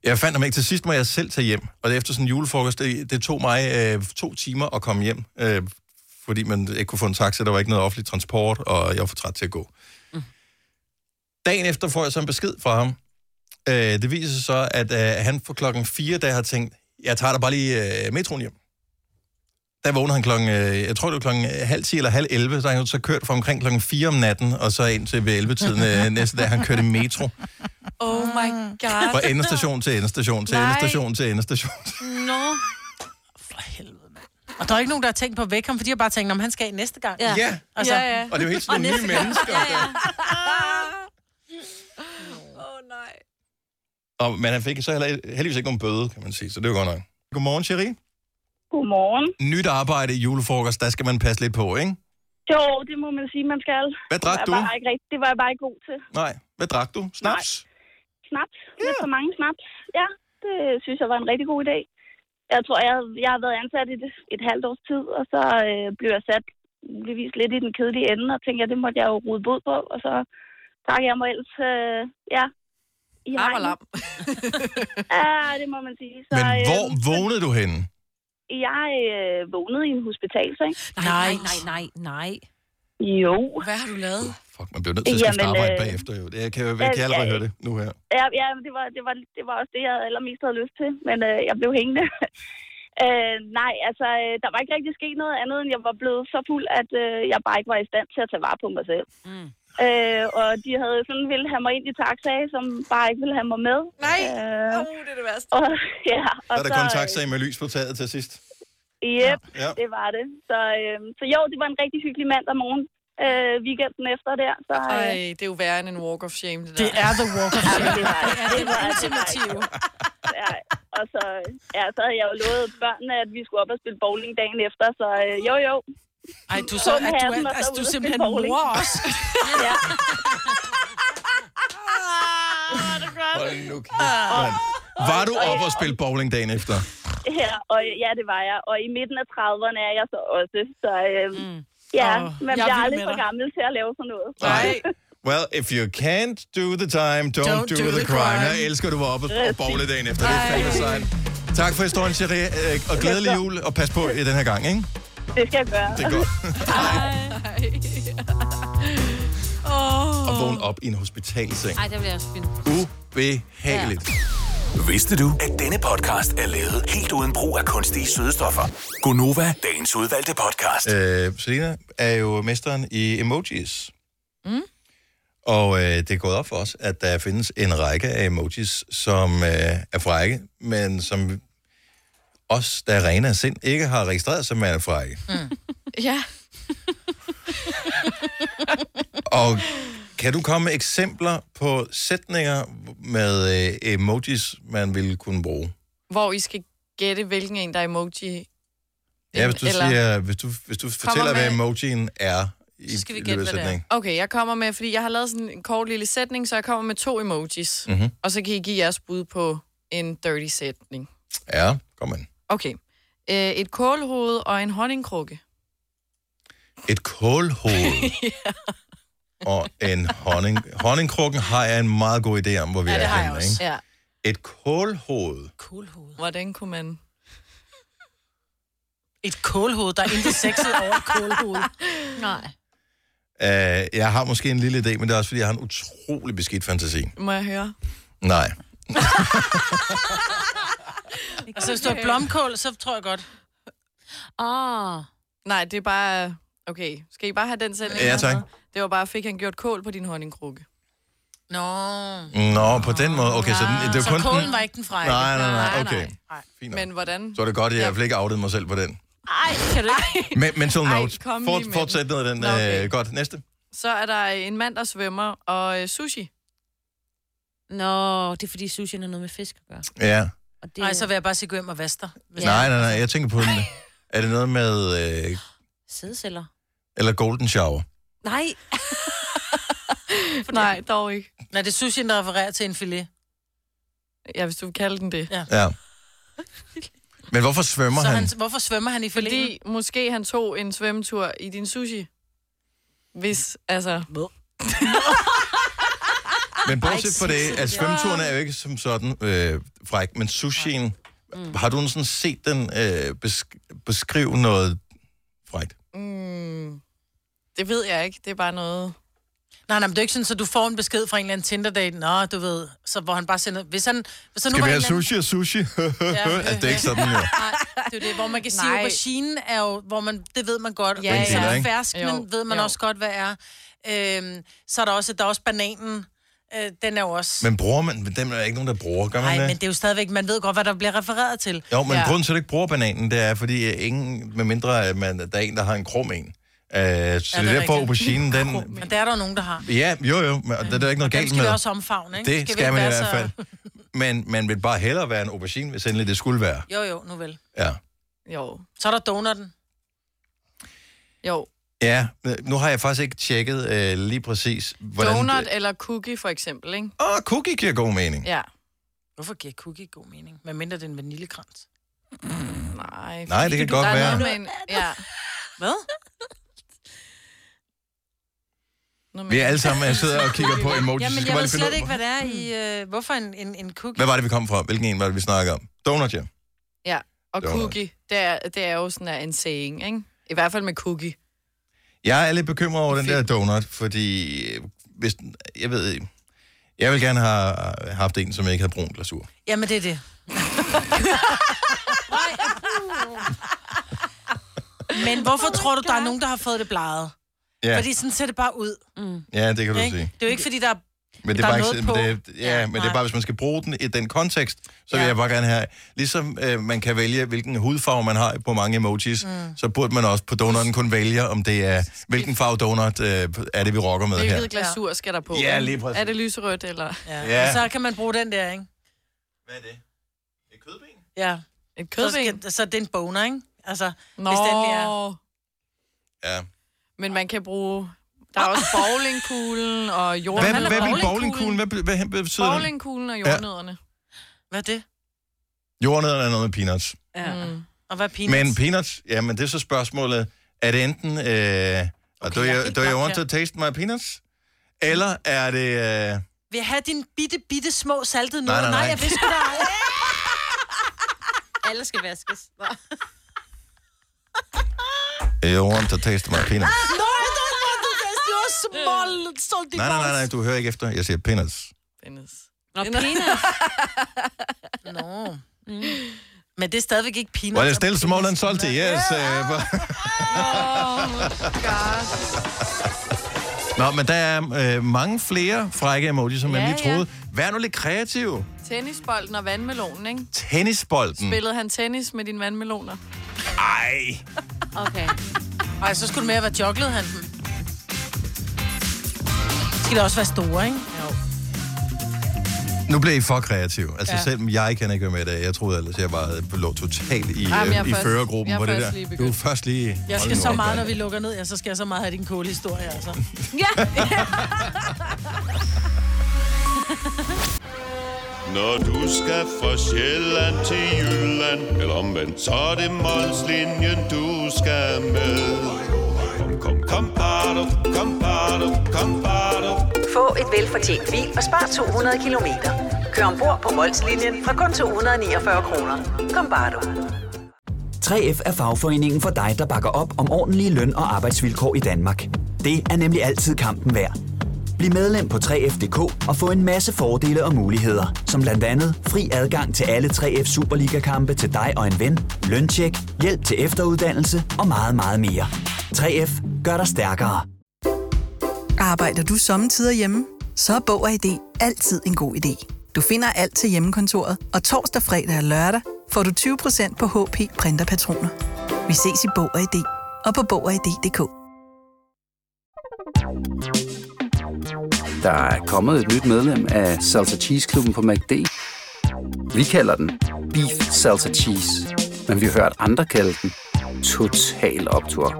[SPEAKER 1] Jeg fandt ham ikke. Til sidst må jeg selv tage hjem, og efter sådan en julefrokost, det, det tog mig øh, to timer at komme hjem, øh, fordi man ikke kunne få en taxa, der var ikke noget offentlig transport, og jeg var for træt til at gå. Dagen efter får jeg så en besked fra ham. Øh, det viser sig så, at øh, han for klokken 4, da har tænkt, jeg tager da bare lige øh, metroen hjem. Der vågner han klokken, øh, jeg tror det var klokken halv 10 eller halv 11, så har han jo så kørt fra omkring klokken 4 om natten, og så ind til ved 11-tiden øh, næste dag, han kørte i metro
[SPEAKER 2] Oh my god.
[SPEAKER 1] fra endestation til endestation til
[SPEAKER 2] Nej.
[SPEAKER 1] endestation til endestation.
[SPEAKER 3] Nå.
[SPEAKER 4] For helvede, mand. Og der er ikke nogen, der har tænkt på at vække ham, fordi jeg bare tænker, om han skal næste gang.
[SPEAKER 3] Ja.
[SPEAKER 1] Ja,
[SPEAKER 4] Altså,
[SPEAKER 2] Ja, ja.
[SPEAKER 1] og det er jo helt sådan nogle nye mennesker.
[SPEAKER 3] Ja, ja.
[SPEAKER 2] Åh, oh, nej.
[SPEAKER 1] Og, men han fik så heller, heldigvis ikke nogen bøde, kan man sige, så det var godt nok. Godmorgen, Cherie.
[SPEAKER 3] Godmorgen.
[SPEAKER 1] Nyt arbejde i julefrokost, der skal man passe lidt på, ikke?
[SPEAKER 3] Jo, det må man sige, man skal.
[SPEAKER 1] Hvad drak
[SPEAKER 3] det var jeg
[SPEAKER 1] du?
[SPEAKER 3] Bare ikke rigtig, det var jeg bare ikke god til.
[SPEAKER 1] Nej. Hvad drak du? Snaps?
[SPEAKER 3] Snaps. Lidt for mange snaps. Ja, det synes jeg var en rigtig god idé. Jeg tror, jeg, jeg har været ansat i et, et halvt års tid, og så øh, blev jeg sat bevis lidt i den kedelige ende, og tænkte, at det måtte jeg jo rode bod på, og så drak jeg mig ellers, øh, ja, i
[SPEAKER 2] Ham og lam.
[SPEAKER 3] Ja, det må man sige. Så,
[SPEAKER 1] Men
[SPEAKER 3] øh,
[SPEAKER 1] hvor vågnede du henne?
[SPEAKER 3] Jeg øh, vågnede i en hospital, så ikke?
[SPEAKER 8] Nej, nej, nej, nej, nej.
[SPEAKER 3] Jo.
[SPEAKER 8] Hvad har du lavet?
[SPEAKER 1] Fuck, man bliver nødt til at skifte
[SPEAKER 3] Jamen,
[SPEAKER 1] arbejde
[SPEAKER 3] øh,
[SPEAKER 1] bagefter, jo. Det kan jeg, jeg kan
[SPEAKER 3] ja,
[SPEAKER 1] allerede
[SPEAKER 3] ja.
[SPEAKER 1] høre det nu her.
[SPEAKER 3] Ja, ja men det, var, det, var, det var også det, jeg allermest havde lyst til, men øh, jeg blev hængende. øh, nej, altså, øh, der var ikke rigtig sket noget andet, end jeg var blevet så fuld, at øh, jeg bare ikke var i stand til at tage vare på mig selv.
[SPEAKER 8] Mm.
[SPEAKER 3] Øh, og de havde sådan ville have mig ind i taxaer, som bare ikke ville have mig med.
[SPEAKER 2] Nej.
[SPEAKER 3] Øh,
[SPEAKER 2] Åh, oh, det er det værste.
[SPEAKER 3] og, ja, og
[SPEAKER 1] Der er der
[SPEAKER 3] så,
[SPEAKER 1] kun taxa med lys på taget til sidst.
[SPEAKER 3] Øh, yep,
[SPEAKER 1] Ja.
[SPEAKER 3] det var det. Så, øh, så jo, det var en rigtig hyggelig mandag morgen øh, weekenden efter der. Så,
[SPEAKER 2] Ej,
[SPEAKER 3] øh,
[SPEAKER 2] det er jo værre end en walk of shame, det der.
[SPEAKER 4] Det er the walk of
[SPEAKER 3] ja,
[SPEAKER 4] shame.
[SPEAKER 3] det var,
[SPEAKER 8] Ja, det er ultimative.
[SPEAKER 3] ja, og så, ja, så havde jeg jo lovet børnene, at vi skulle op og spille bowling dagen efter, så øh, jo jo.
[SPEAKER 4] Ej, du, er så, at du, er, altså, du er simpelthen mor også.
[SPEAKER 3] Ja.
[SPEAKER 1] Hold nu kæft,
[SPEAKER 4] Ah.
[SPEAKER 3] Ah.
[SPEAKER 1] mand. Var du op og spille bowling dagen efter?
[SPEAKER 3] ja, og ja, det var jeg. Og i midten af 30'erne er jeg så også, så øh, mm. ja,
[SPEAKER 4] Åh,
[SPEAKER 3] man
[SPEAKER 4] jeg er
[SPEAKER 3] bliver
[SPEAKER 4] vild
[SPEAKER 3] aldrig
[SPEAKER 4] med
[SPEAKER 3] for
[SPEAKER 4] dig.
[SPEAKER 3] gammel til at lave sådan noget.
[SPEAKER 1] Nej. Well, if you can't do the time, don't, don't do, the, crime. Jeg elsker, du var oppe og bowle dagen efter. Det er fandme sejt. Tak for historien, Cherie, øh, og glædelig jul, og pas på i den her gang, ikke?
[SPEAKER 3] Det skal jeg gøre.
[SPEAKER 1] Det er godt. Og vågne op i en hospitalseng.
[SPEAKER 8] Ej, det bliver jeg også fint.
[SPEAKER 1] Ubehageligt.
[SPEAKER 6] Vidste du, at denne podcast er lavet helt uden brug af kunstige sødestoffer? Gonova, dagens udvalgte podcast.
[SPEAKER 1] Øh, Selina er jo mesteren i emojis. Mm. Og øh, det er gået op for os, at der findes en række af emojis, som øh, er frække, men som os, der er rene af sind, ikke har registreret som værende frække. Mm.
[SPEAKER 2] Ja.
[SPEAKER 1] Og kan du komme med eksempler på sætninger med øh, emojis, man ville kunne bruge?
[SPEAKER 2] Hvor I skal gætte, hvilken en, der er emoji.
[SPEAKER 1] Ja, hvis du,
[SPEAKER 2] Eller-
[SPEAKER 1] siger, hvis du, hvis du fortæller, hvad
[SPEAKER 2] med-
[SPEAKER 1] emojien er i,
[SPEAKER 4] Så skal vi
[SPEAKER 1] i
[SPEAKER 4] gætte,
[SPEAKER 1] løbet af
[SPEAKER 4] hvad det er.
[SPEAKER 1] sætningen.
[SPEAKER 2] Okay, jeg kommer med, fordi jeg har lavet sådan en kort lille sætning, så jeg kommer med to emojis.
[SPEAKER 1] Mhm.
[SPEAKER 2] Og så kan I give jeres bud på en dirty sætning.
[SPEAKER 1] Ja, kom an.
[SPEAKER 2] Okay. Øh, et kålhoved og en honningkrukke.
[SPEAKER 1] et kålhoved og en honning. Honningkrukken har jeg en meget god idé om, hvor vi
[SPEAKER 8] Ja,
[SPEAKER 1] er
[SPEAKER 8] det har jeg
[SPEAKER 1] henne.
[SPEAKER 8] også.
[SPEAKER 1] Ikke?
[SPEAKER 2] Ja.
[SPEAKER 1] Et kålhoved.
[SPEAKER 8] Kulhoved.
[SPEAKER 2] Hvordan kunne man...
[SPEAKER 4] Et kålhoved, der er intet sexet over et kålhoved.
[SPEAKER 8] Nej.
[SPEAKER 1] Uh, jeg har måske en lille idé, men det er også, fordi jeg har en utrolig beskidt fantasi.
[SPEAKER 2] Må jeg høre?
[SPEAKER 1] Nej.
[SPEAKER 4] Altså, hvis du har blomkål, så tror jeg godt.
[SPEAKER 8] Åh. Oh.
[SPEAKER 2] Nej, det er bare... Okay, skal I bare have den sætning?
[SPEAKER 1] Ja,
[SPEAKER 2] jeg
[SPEAKER 1] tak.
[SPEAKER 2] havde? Det var bare, fik han gjort kål på din honningkrukke.
[SPEAKER 4] Nå.
[SPEAKER 1] Nå, på den måde. Okay, så den, det
[SPEAKER 4] Så
[SPEAKER 1] er kun
[SPEAKER 4] kålen
[SPEAKER 1] den...
[SPEAKER 4] var ikke den frække.
[SPEAKER 1] Nej, nej, nej,
[SPEAKER 2] Nej,
[SPEAKER 1] okay.
[SPEAKER 4] nej.
[SPEAKER 1] Fint
[SPEAKER 2] Men
[SPEAKER 1] nok.
[SPEAKER 2] hvordan?
[SPEAKER 1] Så er det godt, at jeg i hvert fald ikke outede mig selv på den.
[SPEAKER 8] Ej, kan du ikke?
[SPEAKER 1] Men, mental
[SPEAKER 2] Ej,
[SPEAKER 1] note.
[SPEAKER 2] kom lige
[SPEAKER 1] Fort,
[SPEAKER 2] med den.
[SPEAKER 1] fortsæt ned ad den.
[SPEAKER 2] Nå, okay.
[SPEAKER 1] Øh, godt, næste.
[SPEAKER 2] Så er der en mand, der svømmer, og øh, sushi.
[SPEAKER 8] Nå, det er fordi sushi har noget med fisk at gøre.
[SPEAKER 1] Ja.
[SPEAKER 8] Og det
[SPEAKER 4] Nej, så vil jeg bare sige, gå hjem og vaske dig.
[SPEAKER 8] Ja.
[SPEAKER 1] Nej, nej, nej, jeg tænker på den. Er det noget med... Øh,
[SPEAKER 8] Sædceller.
[SPEAKER 1] eller golden shower?
[SPEAKER 8] Nej.
[SPEAKER 2] Nej, dog ikke.
[SPEAKER 4] Nej, det er sushi, der refererer til en filet.
[SPEAKER 2] Ja, hvis du vil kalde den det.
[SPEAKER 1] Ja. Men hvorfor svømmer
[SPEAKER 4] Så
[SPEAKER 1] han?
[SPEAKER 4] han, hvorfor svømmer han i fileten?
[SPEAKER 2] Fordi måske han tog en svømmetur i din sushi. Hvis, altså...
[SPEAKER 4] Ah,
[SPEAKER 1] Men bortset fra det, at svømmeturen er jo ikke som sådan øh, fræk, men sushien, mm. har du sådan set den øh, besk- beskrive noget frækt?
[SPEAKER 2] Mm, det ved jeg ikke. Det er bare noget...
[SPEAKER 4] Nej, nej, men det er ikke sådan, så du får en besked fra en eller anden Tinder-date. Nå, du ved, så hvor han bare sender... Hvis han, hvis han nu
[SPEAKER 1] Skal
[SPEAKER 4] var
[SPEAKER 1] vi
[SPEAKER 4] en
[SPEAKER 1] have
[SPEAKER 4] eller anden-
[SPEAKER 1] sushi og sushi? altså, det er ikke sådan, jo.
[SPEAKER 4] Nej, det er jo det, hvor man kan sige,
[SPEAKER 2] Nej.
[SPEAKER 4] at aubergine er jo, hvor man, det ved man godt.
[SPEAKER 2] Ja,
[SPEAKER 4] Ja,
[SPEAKER 1] ja.
[SPEAKER 4] ja.
[SPEAKER 1] ikke?
[SPEAKER 4] Fersken
[SPEAKER 2] Jo,
[SPEAKER 4] ved man
[SPEAKER 2] jo.
[SPEAKER 4] også godt, hvad er. Øhm, så er der også, der er også bananen. Øh, den er jo også...
[SPEAKER 1] Men bruger man, dem er der ikke nogen, der bruger, gør man
[SPEAKER 4] Nej,
[SPEAKER 1] det?
[SPEAKER 4] men det er jo stadigvæk, man ved godt, hvad der bliver refereret til.
[SPEAKER 1] Jo, men ja.
[SPEAKER 2] Ja.
[SPEAKER 1] øh, grunden til, at du ikke bruger bananen, det er, fordi øh, ingen, med mindre at man, der er en, der har en krum en, Øh, så ja, det er derfor,
[SPEAKER 4] rigtigt.
[SPEAKER 1] auberginen, den...
[SPEAKER 4] Men der er der jo nogen, der har.
[SPEAKER 1] Ja, jo jo, men det er der ikke noget
[SPEAKER 4] Den
[SPEAKER 1] galt
[SPEAKER 4] skal
[SPEAKER 1] med.
[SPEAKER 4] vi også omfavne, ikke?
[SPEAKER 1] Det
[SPEAKER 4] Skal vi
[SPEAKER 1] skal,
[SPEAKER 4] ikke
[SPEAKER 1] man i
[SPEAKER 4] være
[SPEAKER 1] hvert
[SPEAKER 4] så-
[SPEAKER 1] fald. Men man vil bare hellere være en aubergine, hvis endelig det skulle være.
[SPEAKER 4] Jo, jo, nu vel.
[SPEAKER 1] Ja.
[SPEAKER 2] Jo.
[SPEAKER 4] Så er der donutten.
[SPEAKER 2] Jo.
[SPEAKER 1] Ja, øh, nu har jeg faktisk ikke tjekket øh, lige præcis, hvordan...
[SPEAKER 2] Donut eller cookie, for eksempel, ikke?
[SPEAKER 1] Åh, oh, cookie giver god mening.
[SPEAKER 2] Ja.
[SPEAKER 4] Hvorfor giver cookie god mening? Hvad mindre det er en vaniljekrans?
[SPEAKER 2] Nej,
[SPEAKER 1] Nej,
[SPEAKER 2] fordi
[SPEAKER 1] det kan
[SPEAKER 2] du-
[SPEAKER 1] godt
[SPEAKER 2] der er
[SPEAKER 1] være.
[SPEAKER 2] Noget med en, ja.
[SPEAKER 4] Hvad?
[SPEAKER 2] Noget med
[SPEAKER 1] Vi er alle sammen, jeg sidder og kigger på emojis.
[SPEAKER 4] Jamen,
[SPEAKER 1] skal
[SPEAKER 4] jeg
[SPEAKER 1] bare lige finde
[SPEAKER 4] ved slet
[SPEAKER 1] ud-
[SPEAKER 4] ikke, hvad det er i... Øh, hvorfor en, en, en cookie?
[SPEAKER 1] Hvad var det, vi kom fra? Hvilken en var det, vi snakkede om? Donut, ja.
[SPEAKER 2] Ja, og
[SPEAKER 1] Det var
[SPEAKER 2] cookie, det er, det er jo sådan en saying, ikke? I hvert fald med cookie.
[SPEAKER 1] Jeg er lidt bekymret over den der donut, fordi... øh, Hvis, den- jeg ved ikke. Jeg vil gerne have have haft en, som ikke havde brun glasur.
[SPEAKER 4] Jamen, det er det. Men
[SPEAKER 2] Oh
[SPEAKER 4] hvorfor tror du, der er nogen, der har fået det bleget?
[SPEAKER 1] Ja,
[SPEAKER 4] Fordi sådan ser det bare ud.
[SPEAKER 2] Mm.
[SPEAKER 1] ja det kan du
[SPEAKER 4] Ikke?
[SPEAKER 1] sige.
[SPEAKER 4] Det er jo ikke, fordi der er...
[SPEAKER 1] Men det
[SPEAKER 4] Der
[SPEAKER 1] er,
[SPEAKER 4] er
[SPEAKER 1] bare
[SPEAKER 4] noget
[SPEAKER 1] ikke, men
[SPEAKER 4] på.
[SPEAKER 1] det, ja,
[SPEAKER 4] Ja,
[SPEAKER 1] men det er
[SPEAKER 4] nej.
[SPEAKER 1] bare, hvis man skal bruge den i den kontekst, så vil
[SPEAKER 4] Ja.
[SPEAKER 1] jeg bare gerne have, ligesom øh, man kan vælge, hvilken hudfarve man har på mange emojis, mm. så burde man også på donutten kun vælge, om det er, hvilken farve donut øh, er det, vi rocker med her.
[SPEAKER 2] Hvilket glasur skal der på?
[SPEAKER 1] Ja,
[SPEAKER 2] ikke?
[SPEAKER 1] lige præcis.
[SPEAKER 2] Er det lyserødt, eller
[SPEAKER 4] Ja.
[SPEAKER 1] Ja.
[SPEAKER 4] ja. Og så kan man bruge den der, ikke?
[SPEAKER 1] Hvad er det? Det er kødben?
[SPEAKER 4] Ja.
[SPEAKER 2] et
[SPEAKER 4] Så,
[SPEAKER 2] kødben?
[SPEAKER 4] skal, så er det en boner, ikke? Altså,
[SPEAKER 2] Nå,
[SPEAKER 4] hvis den der...
[SPEAKER 1] Ja.
[SPEAKER 2] men man kan bruge... Der er også bowlingkuglen og
[SPEAKER 1] Hvad,
[SPEAKER 2] jordnødderne.
[SPEAKER 1] hvad, hvad med
[SPEAKER 4] bowlingkuglen?
[SPEAKER 1] bowlingkuglen? Hvad, hvad, hvad betyder den?
[SPEAKER 2] Bowlingkuglen og jordnødderne.
[SPEAKER 4] Hvad er det?
[SPEAKER 1] Jordnødderne er noget med peanuts.
[SPEAKER 3] Ja.
[SPEAKER 2] Mm.
[SPEAKER 4] Og hvad er peanuts?
[SPEAKER 1] Men peanuts, ja, men det er så spørgsmålet, er det enten, øh, okay, do,
[SPEAKER 4] jeg er
[SPEAKER 1] you,
[SPEAKER 4] helt
[SPEAKER 1] do you
[SPEAKER 4] blank
[SPEAKER 1] want
[SPEAKER 4] her.
[SPEAKER 1] to taste my peanuts? Eller er det... Øh,
[SPEAKER 4] Vil jeg have dine bitte, bitte små saltede
[SPEAKER 1] Nej,
[SPEAKER 4] noget?
[SPEAKER 1] nej, nej.
[SPEAKER 4] jeg vidste sgu da aldrig.
[SPEAKER 3] Alle skal vaskes. Nå.
[SPEAKER 1] you want to taste my peanuts?
[SPEAKER 4] No, I don't want to taste your small salty
[SPEAKER 1] Nej, nej, nej, nej, du hører ikke efter. Jeg siger peanuts.
[SPEAKER 2] Dennis.
[SPEAKER 3] Nå, penis.
[SPEAKER 4] Nå.
[SPEAKER 2] Mm.
[SPEAKER 4] Men det er stadigvæk ikke peanuts.
[SPEAKER 1] Well, it's
[SPEAKER 4] og
[SPEAKER 1] still small and
[SPEAKER 4] penis.
[SPEAKER 1] salty, yes. Uh,
[SPEAKER 2] oh
[SPEAKER 1] Nå, men der er øh, mange flere frække emojis, som ja, man
[SPEAKER 2] Ja,
[SPEAKER 1] lige troede. Ja. Vær nu lidt kreativ.
[SPEAKER 2] Tennisbolden og vandmelonen, ikke?
[SPEAKER 1] Tennisbolden.
[SPEAKER 2] Spillede han tennis med dine vandmeloner?
[SPEAKER 1] Ej.
[SPEAKER 3] Okay.
[SPEAKER 4] Ej, så skulle det mere være chocolate, han den. Skal det også være store, ikke? Jo.
[SPEAKER 1] Nu blev I for kreativ. Altså, ja. selv jeg kan ikke være med i dag. Jeg troede ellers, jeg bare lå totalt i,
[SPEAKER 2] Ej, men jeg
[SPEAKER 1] Ej,
[SPEAKER 2] er
[SPEAKER 1] i
[SPEAKER 2] først-
[SPEAKER 1] førergruppen
[SPEAKER 2] jeg er
[SPEAKER 1] på det
[SPEAKER 2] først
[SPEAKER 1] der.
[SPEAKER 2] lige
[SPEAKER 1] du er
[SPEAKER 2] begyndt.
[SPEAKER 1] først lige...
[SPEAKER 4] Jeg
[SPEAKER 1] Hold
[SPEAKER 4] skal
[SPEAKER 1] nu
[SPEAKER 4] så
[SPEAKER 1] op,
[SPEAKER 4] meget,
[SPEAKER 1] mand.
[SPEAKER 4] når vi lukker ned, ja, så skal jeg så meget have din kåle historie, altså.
[SPEAKER 9] Når du skal fra Sjælland til Jylland Eller omvendt, så er det Molslinjen, du skal med Kom, kom, kom, bado, kom, bado, kom, bado.
[SPEAKER 8] Få et velfortjent bil og spar 200 kilometer. Kør ombord på Molslinjen fra kun 249 kroner. Kom bare du.
[SPEAKER 10] 3F er fagforeningen for dig, der bakker op om ordentlige løn- og arbejdsvilkår i Danmark. Det er nemlig altid kampen værd. Bliv medlem på 3F.dk og få en masse fordele og muligheder, som blandt andet fri adgang til alle 3F Superliga-kampe til dig og en ven, løntjek, hjælp til efteruddannelse og meget, meget mere. 3F gør dig stærkere.
[SPEAKER 5] Arbejder du sommetider hjemme? Så er Bog og ID altid en god idé. Du finder alt til hjemmekontoret, og torsdag, fredag og lørdag får du 20% på HP Printerpatroner. Vi ses i Bog og ID og på Bog og ID.dk.
[SPEAKER 10] Der er kommet et nyt medlem af Salsa Cheese Klubben på MACD. Vi kalder den Beef Salsa Cheese, men vi har hørt andre kalde den Total Optor.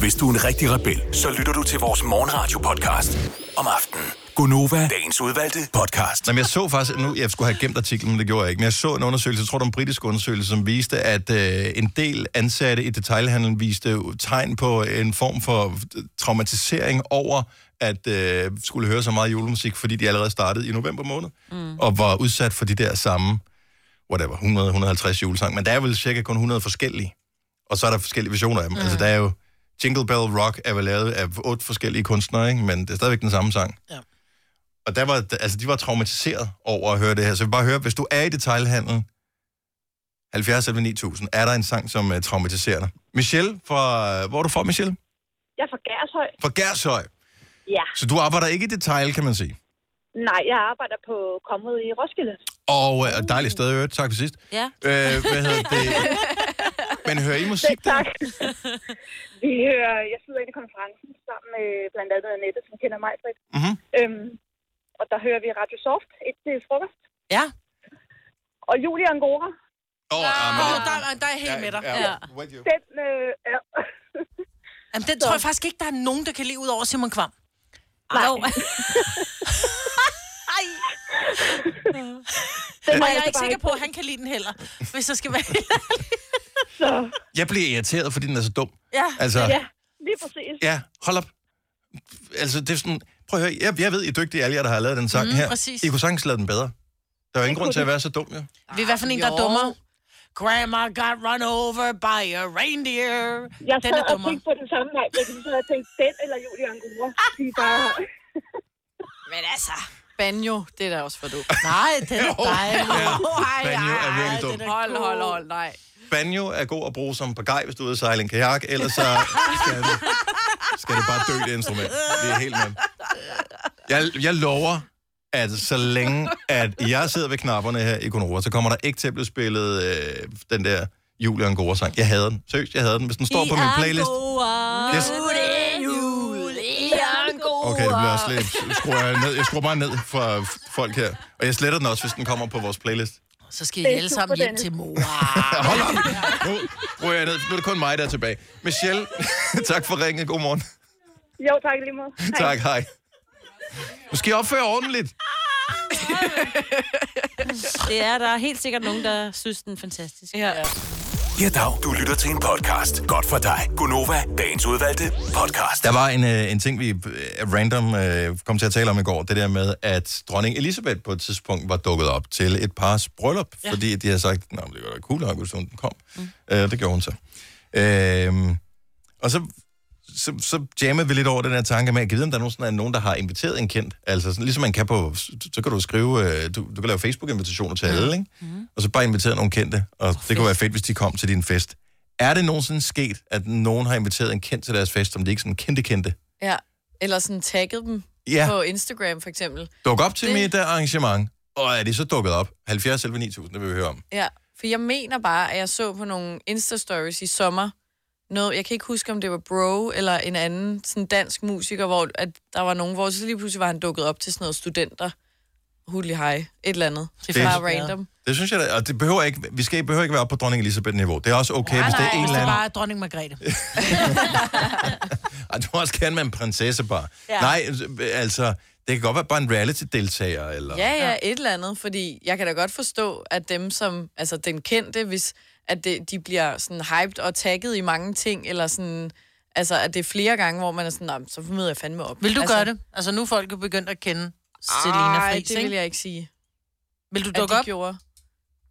[SPEAKER 6] Hvis du er en rigtig rebel, så lytter du til vores morgenradio-podcast om aftenen. Gunova, dagens udvalgte podcast.
[SPEAKER 1] Jamen, jeg så faktisk, nu jeg skulle have gemt artiklen, men det gjorde jeg ikke, men jeg så en undersøgelse, jeg tror det var en britisk undersøgelse, som viste, at øh, en del ansatte i detailhandlen viste tegn på en form for traumatisering over at øh, skulle høre så meget julemusik, fordi de allerede startede i november måned, mm. og var udsat for de der samme, whatever, 100-150 julesange, men der er vel cirka kun 100 forskellige, og så er der forskellige versioner af dem. Mm. Altså, der er jo Jingle Bell Rock er vel lavet af otte forskellige kunstnere, ikke? men det er stadigvæk den samme sang. Og der var, altså, de var traumatiseret over at høre det her. Så vi bare høre, hvis du er i detailhandel, 70 eller 9000, er der en sang, som uh, traumatiserer dig. Michelle, fra, øh, hvor er du fra, Michelle?
[SPEAKER 11] Jeg er fra Gærshøj.
[SPEAKER 1] Fra Gershøj.
[SPEAKER 11] Ja.
[SPEAKER 1] Så du arbejder ikke i detail, kan man sige.
[SPEAKER 11] Nej, jeg arbejder på kommet i Roskilde.
[SPEAKER 1] øh, Og uh, dejligt sted, i øvrigt. Tak for sidst.
[SPEAKER 3] Ja.
[SPEAKER 1] Øh, hvad hedder det? Men hører I musik
[SPEAKER 11] der? Tak. Vi hører, jeg sidder inde i konferencen sammen med blandt andet Annette, som kender mig, Britt.
[SPEAKER 1] Mm-hmm.
[SPEAKER 11] Øhm, og der hører vi Radio Soft et til frokost.
[SPEAKER 4] Ja.
[SPEAKER 11] Og Julie Angora.
[SPEAKER 1] Åh, oh, ah,
[SPEAKER 4] men... der, der er jeg helt
[SPEAKER 11] Ja,
[SPEAKER 4] med dig.
[SPEAKER 11] ja,
[SPEAKER 4] Ja.
[SPEAKER 1] With you.
[SPEAKER 11] Den, øh, ja.
[SPEAKER 4] Jamen, den tror jeg faktisk ikke, der er nogen, der kan leve ud over Simon Kvam.
[SPEAKER 11] Nej.
[SPEAKER 4] No. Ej.
[SPEAKER 11] Den
[SPEAKER 4] Og
[SPEAKER 11] er
[SPEAKER 4] jeg er
[SPEAKER 11] altså
[SPEAKER 4] ikke
[SPEAKER 11] bare
[SPEAKER 4] sikker
[SPEAKER 11] ikke
[SPEAKER 4] på, at han kan lide den heller, hvis jeg skal være
[SPEAKER 1] Jeg bliver irriteret, fordi den er så dum. Altså,
[SPEAKER 11] ja, lige præcis.
[SPEAKER 1] ja hold op. Altså, det er sådan... Prøv at høre, jeg, jeg ved, I er dygtige, alle jer, der har lavet den sang
[SPEAKER 11] Mhm,
[SPEAKER 4] Mm,
[SPEAKER 1] her.
[SPEAKER 4] præcis.
[SPEAKER 1] I kunne sagtens lave den bedre. Der er jo ingen grund til at være så dum, jo.
[SPEAKER 4] Vi er i hvert fald en, der er
[SPEAKER 3] Jo.
[SPEAKER 4] dummere. Grandma got run over by a reindeer.
[SPEAKER 11] Jeg
[SPEAKER 4] den
[SPEAKER 11] sad
[SPEAKER 4] er
[SPEAKER 11] og
[SPEAKER 4] dummere.
[SPEAKER 11] tænkte på den samme vej, men så jeg tænkte, den eller Julie Angora. De er bare...
[SPEAKER 2] Men altså, banjo, det er da også for dumt.
[SPEAKER 4] Nej, den er dejlig.
[SPEAKER 2] Ej,
[SPEAKER 1] Banjo er virkelig dum.
[SPEAKER 2] Hold, hold, hold, nej.
[SPEAKER 1] Banjo er god at bruge som pagaj, hvis du er ude at sejle en kajak, ellers så skal det, skal det bare dø, det instrument. Det er helt med. Jeg, jeg lover, at så længe at jeg sidder ved knapperne her i Konora, så kommer der ikke til at blive spillet øh, den der Julie Angora sang. Jeg havde den. Seriøst, jeg havde den. Hvis den står på min playlist... Yes.
[SPEAKER 3] Nu er det jul i Angora.
[SPEAKER 1] Okay, det bliver også lidt... Skruer jeg, ned. jeg skruer bare ned for f- folk her. Og jeg sletter den også, hvis den kommer på vores playlist.
[SPEAKER 4] Så skal I alle sammen hjem til mor.
[SPEAKER 1] Hold op! Nu bruger jeg ned. Nu er det kun mig, der er tilbage. Michelle, tak for ringen. God morgen.
[SPEAKER 11] Jo, tak i lige måde. Hej.
[SPEAKER 1] Tak, hej. Du skal opføre ordentligt.
[SPEAKER 3] Det er der er helt sikkert nogen, der synes, den er fantastisk. Ja.
[SPEAKER 6] Ja, dag. Du lytter til en podcast. Godt for dig. Gunova, dagens udvalgte podcast.
[SPEAKER 1] Der var en, øh, en ting, vi øh, random øh, kom til at tale om i går. Det der med, at dronning Elisabeth på et tidspunkt var dukket op til et pars bryllup. Ja. Fordi de havde sagt, at det var da cool nok, hvis hun kom. Mm. Øh, det gjorde hun så. Øh, og så, så, så jammede vi lidt over den her tanke med, at jeg ved, om der nogensinde er nogen, der har inviteret en kendt. Altså, sådan, ligesom man kan på... Så kan du skrive... Øh, du, du kan lave Facebook-invitationer til alle, ikke? Mm. Og så bare invitere nogle kendte. Og oh, det kunne være fedt, hvis de kom til din fest. Er det nogensinde sket, at nogen har inviteret en kendt til deres fest, som de ikke sådan kendte kendte?
[SPEAKER 2] Ja. Eller sådan tagget dem
[SPEAKER 1] Ja.
[SPEAKER 2] på Instagram, for eksempel.
[SPEAKER 1] Duk op til
[SPEAKER 2] Det-
[SPEAKER 1] det... mit øh, arrangement, og er de så dukket op? 70 11 9000, det vil vi høre om.
[SPEAKER 2] Ja, for jeg mener bare, at jeg så på nogle Insta-stories i sommer, noget, jeg kan ikke huske, om det var Bro eller en anden sådan dansk musiker, hvor at der var nogen, hvor så lige pludselig var han dukket op til sådan noget studenter. Hudlig hej, et eller andet. Det er bare random.
[SPEAKER 1] Det synes jeg, da- og det behøver ikke, vi skal, behøver ikke være oppe på dronning Elisabeth-niveau. Det er også okay, ja, hvis det er en
[SPEAKER 4] hvis
[SPEAKER 1] eller
[SPEAKER 4] det
[SPEAKER 1] anden...
[SPEAKER 4] bare er dronning Margrethe.
[SPEAKER 1] Ej, du også kan med en prinsesse bare.
[SPEAKER 2] Ja.
[SPEAKER 1] Ja. Nej, øh, altså, det kan godt være bare en reality-deltager, eller...
[SPEAKER 2] Ja, ja, et eller andet, fordi jeg kan da godt forstå, at dem som, altså den kendte, hvis at det, de bliver sådan hyped og tagget i mange ting, eller sådan, altså at det er flere gange, hvor man er sådan, "Nå, men så møder jeg fandme op.
[SPEAKER 4] Vil du
[SPEAKER 2] altså,
[SPEAKER 4] gøre det? Altså, nu er folk jo begyndt at kende Selina
[SPEAKER 2] Ej,
[SPEAKER 4] Friis,
[SPEAKER 2] det vil
[SPEAKER 4] ikke?
[SPEAKER 2] jeg ikke sige.
[SPEAKER 4] Vil du
[SPEAKER 2] at
[SPEAKER 4] dukke
[SPEAKER 2] de
[SPEAKER 4] op? Øhm,
[SPEAKER 2] gjorde.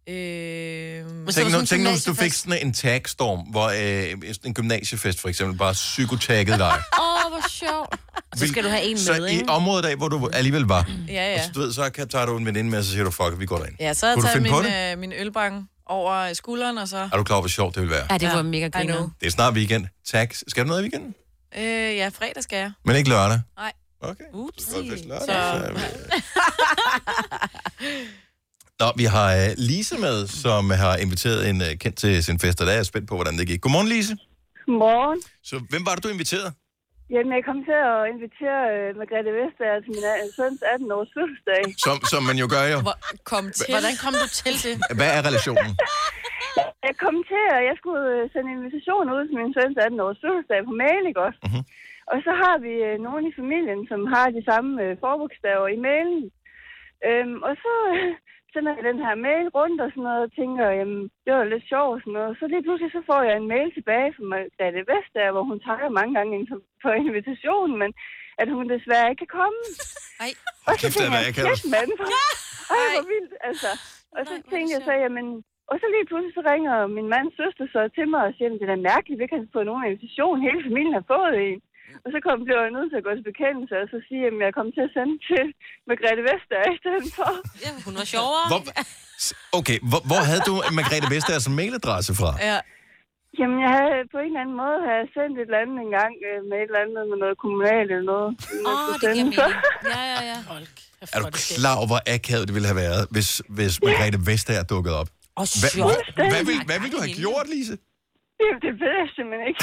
[SPEAKER 2] Øh...
[SPEAKER 1] Tænk nu, tænk nu, hvis du fik sådan en tagstorm, hvor øh, en gymnasiefest for eksempel bare psykotaggede dig.
[SPEAKER 3] Åh, hvor sjovt. Så skal du have en
[SPEAKER 1] Så
[SPEAKER 3] med,
[SPEAKER 1] i
[SPEAKER 3] ikke?
[SPEAKER 1] området af, hvor du alligevel var,
[SPEAKER 2] Ja, ja.
[SPEAKER 1] og så, du ved, så kan, tager du en veninde med, og så siger du, fuck, it, vi går derind.
[SPEAKER 2] Ja, så har jeg
[SPEAKER 1] Kunne du
[SPEAKER 2] taget
[SPEAKER 1] finde på
[SPEAKER 2] min, øh, min ølbank over øh, skulderen, og så...
[SPEAKER 1] Er du klar over, hvor sjovt det vil være?
[SPEAKER 3] Ja, det var mega
[SPEAKER 2] I
[SPEAKER 3] griner.
[SPEAKER 2] know.
[SPEAKER 1] Det er snart weekend. Tak. Skal du noget i weekenden?
[SPEAKER 2] Øh, ja, fredag skal jeg.
[SPEAKER 1] Men ikke lørdag?
[SPEAKER 2] Nej.
[SPEAKER 1] Okay.
[SPEAKER 3] Ups.
[SPEAKER 1] Så går det først lørdag,
[SPEAKER 2] Så-
[SPEAKER 1] så... Nå, vi har øh, Lise med, som har inviteret en øh, kendt til sin fest, og der er jeg spændt på, hvordan det gik. Godmorgen, Lise.
[SPEAKER 11] Morgen.
[SPEAKER 1] Så hvem var det, du inviterede?
[SPEAKER 11] Jamen, jeg kom til at invitere øh, Margrethe Vestager til min øh, søns 18-års fødselsdag.
[SPEAKER 1] Som, som man jo gør jo.
[SPEAKER 2] Hvor, kom til.
[SPEAKER 4] Hvordan kom du til det?
[SPEAKER 1] Hvad er relationen?
[SPEAKER 11] Jeg kom til, at jeg skulle øh, sende en invitation ud til min søns 18-års fødselsdag på mail, ikke også?
[SPEAKER 1] Mhm.
[SPEAKER 11] Og så har vi øh, nogen i familien, som har de samme øh, forbogstaver i mailen. Øhm, og så øh, sender jeg den her mail rundt og sådan noget, og tænker, jamen, det var lidt sjovt og sådan noget. Så lige pludselig så får jeg en mail tilbage fra Margrethe Vestager, hvor hun takker mange gange ind- for invitationen, men at hun desværre ikke kan komme.
[SPEAKER 2] Ej.
[SPEAKER 11] Og så
[SPEAKER 1] Kæft, det er
[SPEAKER 11] tænker
[SPEAKER 1] da
[SPEAKER 11] jeg,
[SPEAKER 1] akavet.
[SPEAKER 11] kæft mand. Ej, hvor vildt, altså. Og
[SPEAKER 3] Nej,
[SPEAKER 11] så
[SPEAKER 3] hvor er det
[SPEAKER 11] tænkte jeg så,
[SPEAKER 3] sjovt.
[SPEAKER 11] jamen... Og så lige pludselig så ringer min mands søster så til mig og siger, at det er da mærkeligt, vi ikke har fået nogen invitation. Hele familien har fået en. Og så kom, blev jeg nødt til at gå til bekendelse og så sige, at jeg kom til at sende til Margrethe Vester i stedet for.
[SPEAKER 3] Ja, hun var sjovere.
[SPEAKER 1] Hvor, s- okay, hvor, hvor havde du Margrethe Vestager som mailadresse fra?
[SPEAKER 2] Ja.
[SPEAKER 11] Jamen, jeg havde på en eller anden måde har jeg sendt et eller andet en gang øh, med et eller andet med noget kommunalt eller noget. som jeg
[SPEAKER 3] Åh,
[SPEAKER 11] skulle
[SPEAKER 3] det giver
[SPEAKER 11] sende.
[SPEAKER 3] mening. Ja, ja, ja.
[SPEAKER 4] Hold kæft,
[SPEAKER 1] Er
[SPEAKER 4] hvor
[SPEAKER 1] du
[SPEAKER 4] er det fedt.
[SPEAKER 1] klar over, hvor akavet det ville have været, hvis, hvis Margrethe Vestager dukkede op?
[SPEAKER 3] Og
[SPEAKER 1] Hvad,
[SPEAKER 3] sjovt.
[SPEAKER 1] hvad, hvad, vil, hvad vil du have gjort, Lise?
[SPEAKER 11] Det, det ved jeg simpelthen ikke.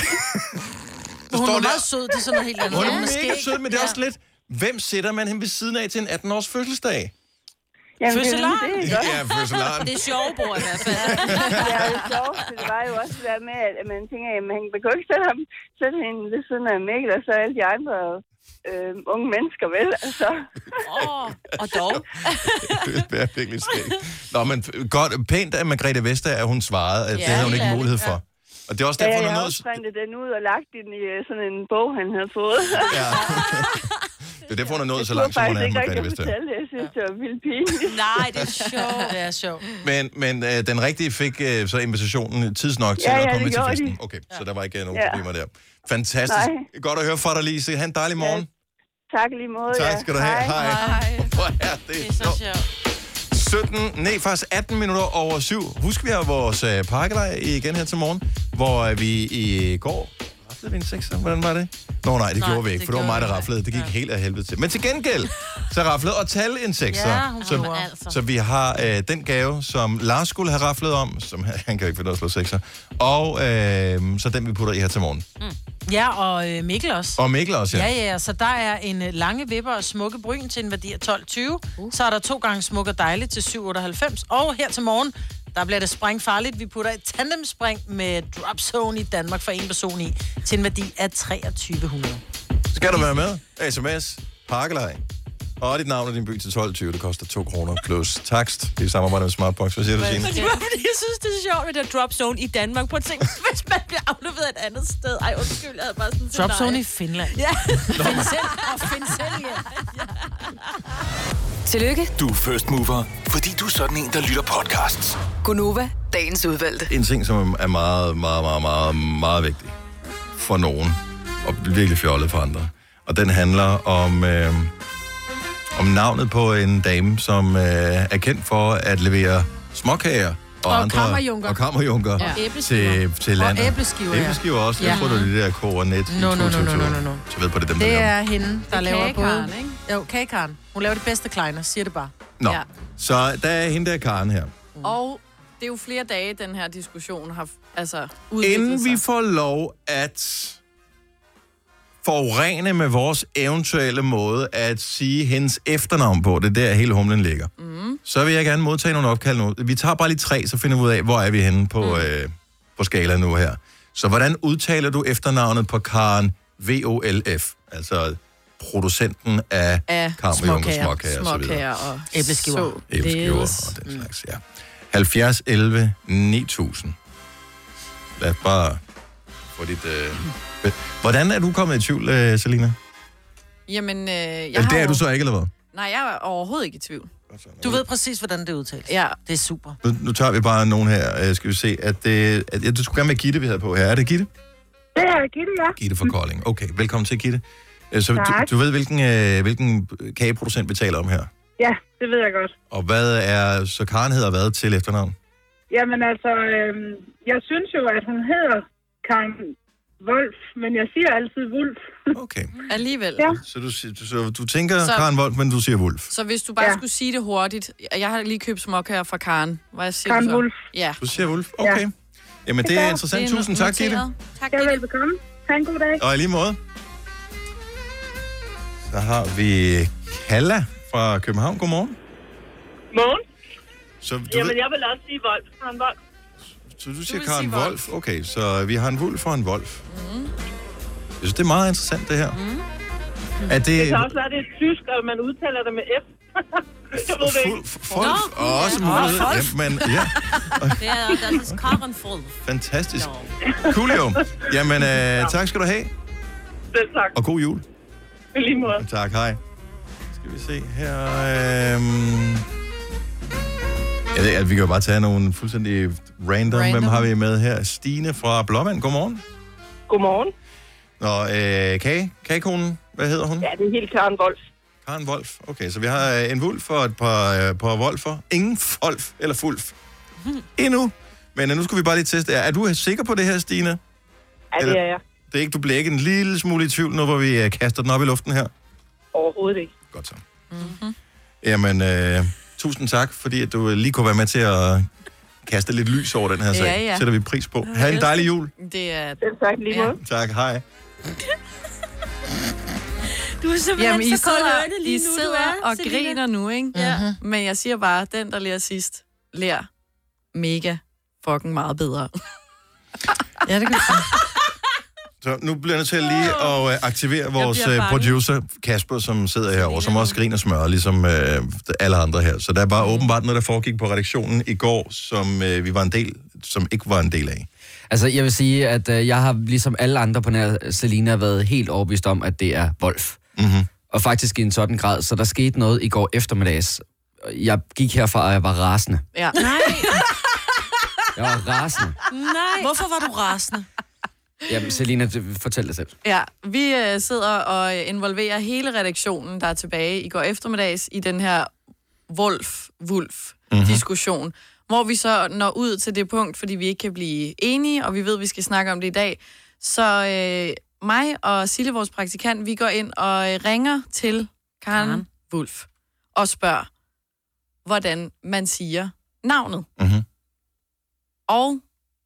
[SPEAKER 1] Hun
[SPEAKER 4] er meget sød, det er sådan noget helt andet.
[SPEAKER 1] Hun er
[SPEAKER 4] Hun er
[SPEAKER 1] mega
[SPEAKER 4] skæg.
[SPEAKER 1] sød, men det er
[SPEAKER 4] Ja.
[SPEAKER 1] også lidt... Hvem sætter man hende ved siden af til en 18-års fødselsdag?
[SPEAKER 11] Jamen, det er
[SPEAKER 4] Fødselaren.
[SPEAKER 11] nemlig det,
[SPEAKER 1] Ja, fødselaren.
[SPEAKER 4] Det er sjovt, bror, i hvert fald.
[SPEAKER 11] det er jo sjovt, for det var jo også det der med, at at man tænker, at man kan jo ikke sætte, ham, sætte hende ved siden af Mikkel, og så alle de andre øh, unge mennesker, vel? Altså.
[SPEAKER 2] Åh, og dog.
[SPEAKER 1] Det er virkelig skægt. Nå, men godt, pænt af Margrethe Vestager, at hun svarede, at
[SPEAKER 11] Ja,
[SPEAKER 1] det havde hun
[SPEAKER 11] helt
[SPEAKER 1] ikke
[SPEAKER 11] ærligt,
[SPEAKER 1] mulighed
[SPEAKER 11] ja.
[SPEAKER 1] for. Og det er også
[SPEAKER 11] Ja,
[SPEAKER 1] derfor, hun
[SPEAKER 11] jeg
[SPEAKER 1] er
[SPEAKER 11] har
[SPEAKER 1] noget...
[SPEAKER 11] også printet den ud og lagt den i øh, sådan en bog, han havde fået.
[SPEAKER 1] Ja. Det er derfor, hun er nået så
[SPEAKER 11] Jeg
[SPEAKER 1] langt,
[SPEAKER 11] tror
[SPEAKER 1] som hun
[SPEAKER 11] faktisk
[SPEAKER 1] er,
[SPEAKER 11] ikke rigtig at
[SPEAKER 1] Margrethe Vestager.
[SPEAKER 11] fortælle det. Jeg synes, det var vildt pinligt.
[SPEAKER 4] Nej, det er sjovt. Det er sjovt.
[SPEAKER 1] Men, men øh, den rigtige fik øh, så invitationen tidsnok til
[SPEAKER 11] Ja,
[SPEAKER 1] at
[SPEAKER 11] ja,
[SPEAKER 1] komme
[SPEAKER 11] det
[SPEAKER 1] med til
[SPEAKER 11] gjorde
[SPEAKER 1] festen.
[SPEAKER 11] de.
[SPEAKER 1] Okay, så der var ikke øh, nogen
[SPEAKER 11] Ja.
[SPEAKER 1] problemer der. Fantastisk.
[SPEAKER 11] Nej.
[SPEAKER 1] Godt at høre fra dig, Lise. Ha' en dejlig morgen.
[SPEAKER 11] Tak i lige måde.
[SPEAKER 1] Tak
[SPEAKER 11] ja.
[SPEAKER 1] skal du have. Hej. Hvor er det?
[SPEAKER 11] Det er så sjovt.
[SPEAKER 1] 17, nej faktisk 18 minutter over 7. Husk, vi har vores øh, pakkelej igen her til morgen, hvor øh, vi i går... Raflede vi en sekser? Hvordan var det? Nå nej, det
[SPEAKER 4] Nej,
[SPEAKER 1] nej, gjorde vi ikke,
[SPEAKER 4] det
[SPEAKER 1] for det var mig, der
[SPEAKER 4] gjorde vi ikke.
[SPEAKER 1] raflede. Det gik helt af helvede til. Men til gengæld, så raflede og tal en sekser.
[SPEAKER 4] Ja, hun
[SPEAKER 1] så,
[SPEAKER 4] gjorde. Altså.
[SPEAKER 1] så vi har øh, den gave, som Lars skulle have raflet om, som han kan jo ikke finde ud af at slå sekser, og øh, så den, vi putter i her til morgen.
[SPEAKER 4] Ja, og øh, Mikkel også.
[SPEAKER 1] Og Mikkel også, ja.
[SPEAKER 4] ja. Ja, ja, så der er en øh, lange vipper og smukke bryn til en værdi af 12,20. Uh. Så er der to gange smuk og dejlig til 7,98. Og her til morgen, der bliver det sprængfarligt. Vi putter et tandemspring med drop zone i Danmark for en person i til en værdi af 2300.
[SPEAKER 1] Skal du være med? SMS, pakkelej. Og dit navn og din by til 12.20. Det koster 2 kroner plus takst. Det er i samarbejde med Smartbox. Hvad siger du, Signe?
[SPEAKER 3] Det var, fordi jeg synes, det er sjovt med det der drop zone i Danmark. Prøv at tænke, hvis man bliver afleveret et andet sted. Ej, undskyld, jeg havde bare sådan...
[SPEAKER 4] Drop zone i Finland.
[SPEAKER 3] Ja.
[SPEAKER 4] Find selv, og find selv hjem.
[SPEAKER 5] Tillykke.
[SPEAKER 6] Du er first mover, fordi du er sådan en, der lytter podcasts.
[SPEAKER 5] Gunova, dagens udvalgte.
[SPEAKER 1] En ting, som er meget, meget, meget, meget, meget vigtig for nogen, og virkelig fjollet for andre. Og den handler om, øh, om navnet på en dame, som øh, er kendt for at levere småkager og,
[SPEAKER 4] Og
[SPEAKER 1] andre,
[SPEAKER 4] kammerjunker.
[SPEAKER 1] Og kammerjunker
[SPEAKER 4] Ja.
[SPEAKER 1] til,
[SPEAKER 4] Æbleskiver.
[SPEAKER 1] til landet.
[SPEAKER 4] Og æbleskiver, ja.
[SPEAKER 1] æbleskiver også. Jeg
[SPEAKER 4] Ja.
[SPEAKER 1] ja. tror, du det der koronet i
[SPEAKER 4] No, no, no, no, no, no,
[SPEAKER 1] 2022.
[SPEAKER 4] no.
[SPEAKER 1] Så ved på det, dem,
[SPEAKER 4] Det
[SPEAKER 1] der
[SPEAKER 4] er hende, der
[SPEAKER 3] er
[SPEAKER 4] laver
[SPEAKER 3] kagekaren,
[SPEAKER 4] både... Ikke? Jo, kagekaren. Hun laver det bedste kleiner, siger det bare.
[SPEAKER 1] Nå,
[SPEAKER 2] Ja.
[SPEAKER 1] så der er hende der Karen her.
[SPEAKER 2] Og det er jo flere dage, den her diskussion har altså, udviklet
[SPEAKER 1] Inden
[SPEAKER 2] sig.
[SPEAKER 1] vi får lov at forurene med vores eventuelle måde at sige hendes efternavn på, det er der hele humlen ligger, mm. så vil jeg gerne modtage nogle opkald nu. Vi tager bare lige tre, så finder vi ud af, hvor er vi henne på, mm. øh, på skala nu her. Så hvordan udtaler du efternavnet på Karen VOLF? Altså producenten af,
[SPEAKER 2] af
[SPEAKER 1] kammerjunker, småkager, småkager, og så videre.
[SPEAKER 2] småkager og
[SPEAKER 4] Æbleskiver.
[SPEAKER 2] så-
[SPEAKER 1] æbleskiver
[SPEAKER 2] Yes.
[SPEAKER 1] og den slags, ja. 70, 11, 9000. Lad os bare få dit... Øh... be- Hvordan er du kommet i tvivl, øh, Selina?
[SPEAKER 2] Jamen, øh, jeg
[SPEAKER 1] Eller
[SPEAKER 2] har
[SPEAKER 1] det er
[SPEAKER 2] jo-
[SPEAKER 1] du så ikke, eller hvad?
[SPEAKER 2] Nej, jeg er overhovedet ikke i tvivl.
[SPEAKER 4] Du ved præcis, hvordan det udtales.
[SPEAKER 2] Ja.
[SPEAKER 4] Det er super.
[SPEAKER 1] Nu, nu tager vi bare nogen her, øh, skal vi se. At, øh, at, jeg, du skulle gerne med Gitte, vi havde på her. Er det Gitte?
[SPEAKER 11] Det er Gitte, ja.
[SPEAKER 1] Gitte
[SPEAKER 2] Mm.
[SPEAKER 1] fra Kolding. Okay, velkommen til, Gitte. Øh, Så
[SPEAKER 11] Tak.
[SPEAKER 1] du, du ved, hvilken, øh, hvilken kageproducent vi taler om her.
[SPEAKER 11] Ja, det ved jeg godt.
[SPEAKER 1] Og hvad er... Så Karen hedder hvad til efternavn?
[SPEAKER 12] Jamen altså, øhm, jeg synes jo, at hun hedder Karen Wolf, men jeg siger altid Wolf.
[SPEAKER 1] Okay.
[SPEAKER 2] Alligevel.
[SPEAKER 12] Ja.
[SPEAKER 1] Så du, siger- så du tænker
[SPEAKER 2] Så-
[SPEAKER 1] så... Karen Wolf, men du siger Wolf.
[SPEAKER 2] Så hvis du bare ja.
[SPEAKER 12] Ja.
[SPEAKER 2] skulle sige det hurtigt. Jeg har lige købt småkager fra Karen. Hvad siger
[SPEAKER 12] Karen
[SPEAKER 2] du så?
[SPEAKER 12] Wulff.
[SPEAKER 2] Ja.
[SPEAKER 1] Du siger Wolf? Okay. Ja. Jamen, det er interessant.
[SPEAKER 2] no-
[SPEAKER 1] Tusind tak, Gitte.
[SPEAKER 2] noteret. Tak,
[SPEAKER 12] Jeg er velbekomme. Ha' en god dag.
[SPEAKER 1] Og i lige måde. Så har vi Kalla fra København. Godmorgen.
[SPEAKER 13] Morgen.
[SPEAKER 1] Så du,
[SPEAKER 13] Jamen,
[SPEAKER 1] Jamen,
[SPEAKER 13] jeg vil også sige Wolf. Han Wolf.
[SPEAKER 1] så du siger
[SPEAKER 13] vil
[SPEAKER 1] Karen
[SPEAKER 13] sige
[SPEAKER 1] Wolf.
[SPEAKER 13] Wolf. Mm-hmm.
[SPEAKER 1] Okay, så vi har en Wolf og en Wolf. Mm. Jeg synes, det er meget interessant, det her. Mm. Er det...
[SPEAKER 13] Det kan også være, det er tysk, og man udtaler det med F. jeg ved det ikke.
[SPEAKER 1] Wolf og også
[SPEAKER 13] ja.
[SPEAKER 1] mulighed.
[SPEAKER 13] Nå,
[SPEAKER 1] Ja, men, ja,
[SPEAKER 3] Det er, der er Karen Wolf.
[SPEAKER 1] fantastisk. Coolio. Jamen, øh, tak skal du have.
[SPEAKER 13] Selv tak.
[SPEAKER 1] Og god jul.
[SPEAKER 13] I lige måde.
[SPEAKER 1] Tak, hej. Skal vi se her... Øhm... Jeg ved, ikke, at vi kan jo bare tage nogle fuldstændig random. random. Hvem har vi med her? Stine fra Blåmand. Godmorgen.
[SPEAKER 13] Godmorgen.
[SPEAKER 1] Nå, øh, kage, kagekonen. Hvad hedder hun?
[SPEAKER 13] Ja, det er helt Karen Wolf.
[SPEAKER 1] Karen Wolf. Okay, så vi har øh, en vulf og et par, øh, par wolfer. Ingen folf eller fulf. Endnu. Men øh, nu skal vi bare lige teste. Er, er du øh, sikker på det her, Stine?
[SPEAKER 13] Ja, det
[SPEAKER 1] Eller-
[SPEAKER 13] er jeg.
[SPEAKER 1] Det er ikke, du bliver ikke en lille smule i tvivl nu, hvor vi øh, kaster den op i luften her?
[SPEAKER 13] Overhovedet ikke.
[SPEAKER 1] Godt så. Jamen, øh, tusind tak, fordi at du øh, lige kunne være med til at kaster lidt lys over den her sag.
[SPEAKER 2] Ja, ja.
[SPEAKER 1] Sætter vi pris på. Ha' en dejlig jul.
[SPEAKER 2] Det er...
[SPEAKER 11] tak lige
[SPEAKER 2] ja.
[SPEAKER 1] Tak, hej.
[SPEAKER 3] Du er simpelthen
[SPEAKER 2] Jamen, I
[SPEAKER 3] så kold i
[SPEAKER 2] sidder,
[SPEAKER 3] øjnene
[SPEAKER 2] I
[SPEAKER 3] lige nu, du
[SPEAKER 2] sidder
[SPEAKER 3] er,
[SPEAKER 2] og
[SPEAKER 3] Selina.
[SPEAKER 2] griner nu, ikke? Ja. Men jeg siger bare, at den, der lærer sidst, lærer mega fucking meget bedre.
[SPEAKER 4] ja, det kan
[SPEAKER 1] Så nu bliver jeg nødt til at lige at øh, aktivere vores øh, producer, Kasper, som sidder herovre, som også griner smør, ligesom øh, alle andre her. Så der er bare åbenbart noget, der foregik på redaktionen i går, som øh, vi var en del, som ikke var en del af.
[SPEAKER 14] Altså, jeg vil sige, at øh, jeg har ligesom alle andre på nær Selina været helt overbevist om, at det er Wolf.
[SPEAKER 1] Mm-hmm.
[SPEAKER 14] Og faktisk i en sådan grad, så der skete noget i går eftermiddags. Jeg gik herfra, og jeg var rasende.
[SPEAKER 2] Ja.
[SPEAKER 4] Nej,
[SPEAKER 14] Jeg var rasende.
[SPEAKER 4] nej. Hvorfor var du rasende?
[SPEAKER 14] Jamen, Selina, det- fortæl dig selv.
[SPEAKER 2] Ja, vi øh, sidder og øh, involverer hele redaktionen, der er tilbage i går eftermiddags, i den her Wolf-Wulf-diskussion,
[SPEAKER 1] Mm-hmm.
[SPEAKER 2] hvor vi så når ud til det punkt, fordi vi ikke kan blive enige, og vi ved, at vi skal snakke om det i dag. Så øh, mig og Sille, vores praktikant, vi går ind og øh, ringer til Karen, Karen Wolf og spørger, hvordan man siger navnet.
[SPEAKER 1] Mm-hmm.
[SPEAKER 2] Og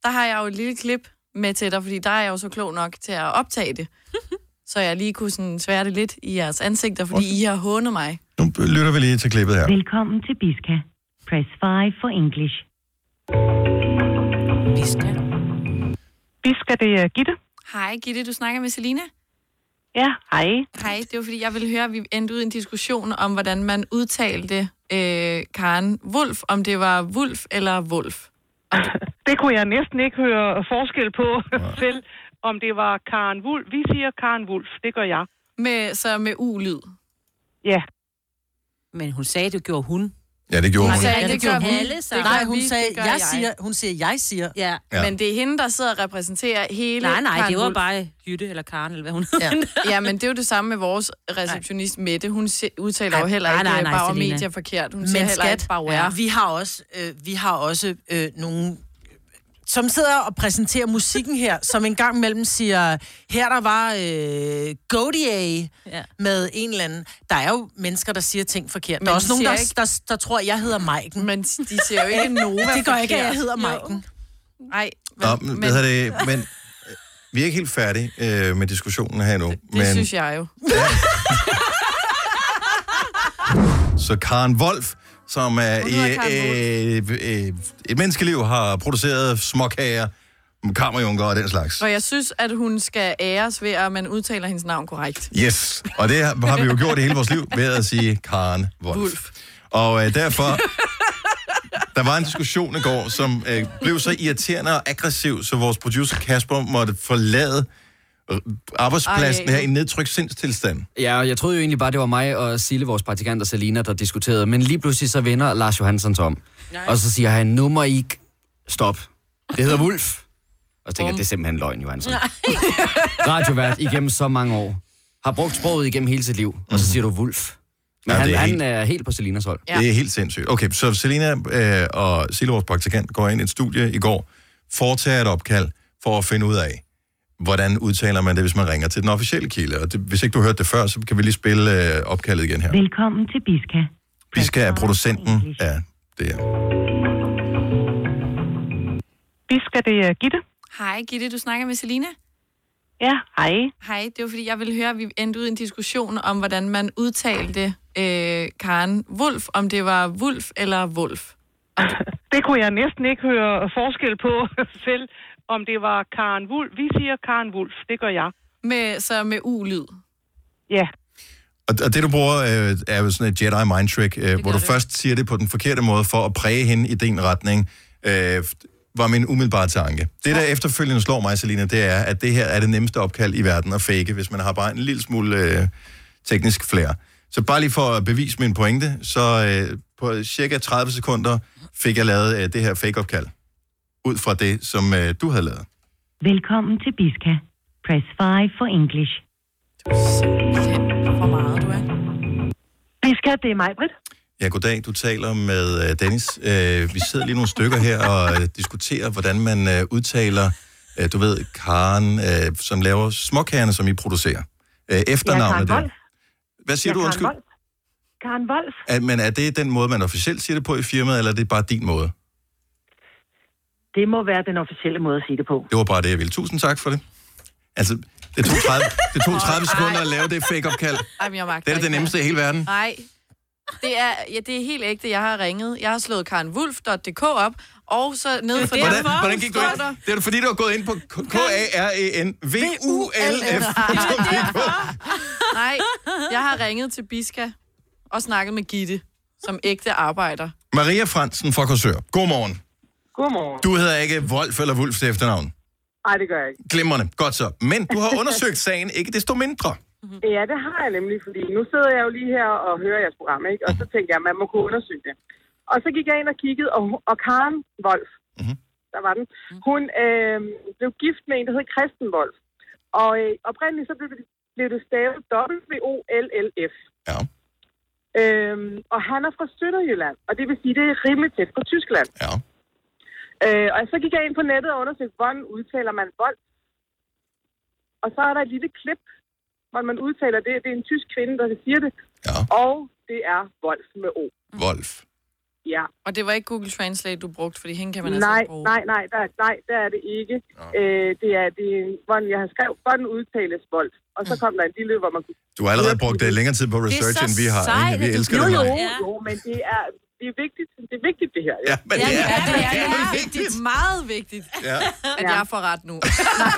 [SPEAKER 2] der har jeg jo et lille klip med til dig, fordi der er jeg jo så klog nok til at optage det. så jeg lige kunne sådan svære det lidt i jeres ansigter, fordi I har hånet mig.
[SPEAKER 1] Nu lytter vi lige til klippet her.
[SPEAKER 15] Velkommen til Biska. Press 5 for English.
[SPEAKER 4] Biska.
[SPEAKER 2] Bisker, det er Gitte. Hej Gitte, du snakker med Selina. Ja, hej. Hej, det var fordi, jeg ville høre, at vi endte ud i en diskussion om, hvordan man udtalte øh, Karen Wolf, om det var Wolf eller Wolf.
[SPEAKER 13] Det kunne jeg næsten ikke høre forskel på selv, om det var Karen Wulf. Vi siger Karen Wulf, det gør jeg.
[SPEAKER 2] Med, så med ulyd.
[SPEAKER 13] Ja.
[SPEAKER 4] Men hun sagde, det gjorde hun.
[SPEAKER 1] Ja, det gjorde hun.
[SPEAKER 4] Nej, hun sagde, jeg siger, hun siger, jeg siger.
[SPEAKER 3] Ja.
[SPEAKER 1] Ja.
[SPEAKER 2] Men det er hende, der sidder og repræsenterer hele
[SPEAKER 3] Nej, nej,
[SPEAKER 2] Karen
[SPEAKER 3] det var
[SPEAKER 2] Wulff.
[SPEAKER 3] bare Jytte eller Karen, eller hvad hun
[SPEAKER 2] Ja. ja, men det er jo det samme med vores receptionist Mette. Hun se- udtaler jo heller ikke nej, nej, nej, bare
[SPEAKER 4] Selina.
[SPEAKER 2] medier forkert. Hun men siger heller ikke bare ja.
[SPEAKER 4] vi har også, øh, vi har også øh, nogle som sidder og præsenterer musikken her, som en gang imellem siger, her der var øh, Godier ja. med en eller anden. Der er jo mennesker, der siger ting forkert. Men der er
[SPEAKER 2] Men de
[SPEAKER 4] også nogen, der,
[SPEAKER 2] siger
[SPEAKER 4] ikke...
[SPEAKER 2] ikke-
[SPEAKER 4] der, der, der tror, jeg hedder Maiken.
[SPEAKER 2] Men de siger jo ikke Nova
[SPEAKER 4] Det gør ikke, at jeg
[SPEAKER 2] forkert.
[SPEAKER 4] hedder
[SPEAKER 2] Jo.
[SPEAKER 4] Maiken.
[SPEAKER 2] Nej,
[SPEAKER 1] Nå, men, men... Hvad hedder det, men øh, vi er ikke helt færdige øh, med diskussionen her endnu. Det,
[SPEAKER 2] det
[SPEAKER 1] men,
[SPEAKER 2] men... synes jeg jo.
[SPEAKER 1] Så Karen Wolf, som er i, øh, øh, et menneskeliv, har produceret småkager, kammerjunker og den slags.
[SPEAKER 2] For jeg synes, at hun skal æres ved, at man udtaler hendes navn korrekt.
[SPEAKER 1] Yes, og det har har vi jo gjort i hele vores liv ved at sige Karen Wolf. Wolf. Og øh, derfor, der var en diskussion i går, som øh, blev så irriterende og aggressiv, så vores producer Kasper måtte forlade øh, arbejdspladsen
[SPEAKER 14] Ej.
[SPEAKER 1] her i nedtrykt sindstilstand.
[SPEAKER 14] Ja, og jeg troede jo egentlig bare, det var mig og Sille, vores praktikant og Selina, der diskuterede. Men lige pludselig så vender Lars Johansson sig om. Nej. Og så siger han, nu må I ikke... Stop. Det hedder Wolf. Og så tænker jeg, det er simpelthen løgn, Johansson. Radiovært igennem så mange år. Har brugt sproget igennem hele sit liv. Og så siger du Wolf. Men
[SPEAKER 1] Ja,
[SPEAKER 14] ja, han,
[SPEAKER 1] det er
[SPEAKER 14] er han
[SPEAKER 1] helt-
[SPEAKER 14] er helt på Selinas hold.
[SPEAKER 1] Ja. Det er helt sindssygt. Okay, så Selina øh, og Sille, vores praktikant, går ind i et studie i går, foretager et opkald for at finde ud af, hvordan udtaler man det, hvis man ringer til den officielle kilde. Og det, hvis ikke du hørte det før, så kan vi lige spille øh, opkaldet igen her.
[SPEAKER 15] Velkommen til Biska.
[SPEAKER 1] Vi skal have producenten af det her.
[SPEAKER 13] Bisker, det er Gitte.
[SPEAKER 2] Hej Gitte, du snakker med Selina.
[SPEAKER 13] Ja, hej.
[SPEAKER 2] Hej, det var fordi, jeg ville høre, at vi endte ud i en diskussion om, hvordan man udtalte øh, Karen Wolf, om det var Wolf eller Wolf.
[SPEAKER 13] Det kunne jeg næsten ikke høre forskel på selv, om det var Karen Wulf. Vi siger Karen Wulf, det gør jeg.
[SPEAKER 2] Med, så med ulyd.
[SPEAKER 13] Ja.
[SPEAKER 1] Og, og det, du bruger, øh, er jo sådan et Jedi mind trick, øh, hvor du det. først siger det på den forkerte måde for at præge hende i din retning, øh, var min umiddelbare tanke. Det, der efterfølgende slår mig, Selina, det er, at det her er det nemmeste opkald i verden at fake, hvis man har bare en lille smule øh, teknisk flair. Så bare lige for at bevise min pointe, så øh, på cirka 30 sekunder fik jeg lavet øh, det her fake-opkald, ud fra det, som øh, du havde lavet.
[SPEAKER 15] Velkommen til Biska. Press 5 for English.
[SPEAKER 2] Hvor meget du er.
[SPEAKER 13] Biska, det er mig, Britt.
[SPEAKER 1] Ja, goddag. Du taler med øh, Dennis. Øh, vi sidder lige nogle stykker her og øh, diskuterer, hvordan man øh, udtaler, øh, du ved, Karen, øh, som laver småkagerne, som I producerer. Øh, efternavnet der. Hvad siger
[SPEAKER 13] Ja,
[SPEAKER 1] du,
[SPEAKER 13] Karen
[SPEAKER 1] undskyld?
[SPEAKER 13] Wolf. Karen Wolf.
[SPEAKER 1] Er, men er det den måde, man officielt siger det på i firmaet, eller er det bare din måde?
[SPEAKER 16] Det må være den officielle måde at sige det på.
[SPEAKER 1] Det var bare det, jeg ville. Tusind tak for det. Altså, det tog 30, det tog 30 sekunder at lave det fake-opkald.
[SPEAKER 2] Ej, men jeg magter
[SPEAKER 1] Det er da
[SPEAKER 2] ikke
[SPEAKER 1] det nemmeste i hele verden.
[SPEAKER 2] Nej. Det er, ja, det er helt ægte. Jeg har ringet. Jeg har slået karenwulf.dk op, og så ned for
[SPEAKER 1] Hvordan, hvordan gik du ind?
[SPEAKER 2] Der.
[SPEAKER 1] Det er da fordi, du har gået ind på K- E K-A-R-E-N-V-U-L-F.
[SPEAKER 2] Nej, jeg har ringet til Biska og snakket med Gitte, som ægte arbejder.
[SPEAKER 1] Maria Fransen fra Korsør. Godmorgen.
[SPEAKER 12] Godmorgen.
[SPEAKER 1] Du hedder ikke Wolf eller Wulf til efternavn.
[SPEAKER 12] Nej, det gør jeg ikke.
[SPEAKER 1] Glimrende. Godt så. Men du har undersøgt sagen, ikke desto mindre.
[SPEAKER 12] Ja, det har jeg nemlig, fordi nu sidder jeg jo lige her og hører jeres program, ikke? Og så tænkte jeg, at man må kunne undersøge det. Og så gik jeg ind og kiggede, og, og Karen Wolf,
[SPEAKER 1] Mm-hmm.
[SPEAKER 12] der var den,
[SPEAKER 1] Mm.
[SPEAKER 12] hun øh, blev gift med en, der hed Christen Wolf. Og øh, oprindeligt så blev det, blev det stavet W-O-L-L-F.
[SPEAKER 1] Ja.
[SPEAKER 12] Øhm, og han er fra Sønderjylland, og det vil sige, det er rimelig tæt på Tyskland.
[SPEAKER 1] Ja.
[SPEAKER 12] Øh, og så gik jeg ind på nettet og undersøgte, hvordan udtaler man vold. Og så er der et lille klip, hvor man udtaler det. Det er en tysk kvinde, der siger det.
[SPEAKER 1] Ja.
[SPEAKER 12] Og det er Wolf med O.
[SPEAKER 1] Wolf.
[SPEAKER 12] Ja.
[SPEAKER 2] Og det var ikke Google Translate, du brugte, fordi hende kan man altså
[SPEAKER 12] Nej,
[SPEAKER 2] ikke bruge.
[SPEAKER 12] nej, nej, der, nej, der er det ikke. Øh, det er, det er, hvordan jeg har skrevet, hvordan udtales vold. Og
[SPEAKER 2] Mm.
[SPEAKER 12] så kom der en lille, hvor man kunne...
[SPEAKER 1] Du har allerede brugt uh, længere tid på research, end vi har. Ikke? Vi elsker
[SPEAKER 12] jo,
[SPEAKER 1] dig,
[SPEAKER 12] jo,
[SPEAKER 1] Maria.
[SPEAKER 12] jo, men det er, det er vigtigt, det er vigtigt det her.
[SPEAKER 1] Ja, men det er-
[SPEAKER 2] Ja, det er, det er vigtigt. Meget vigtigt,
[SPEAKER 1] Ja.
[SPEAKER 2] at jeg får ret nu.
[SPEAKER 12] ja,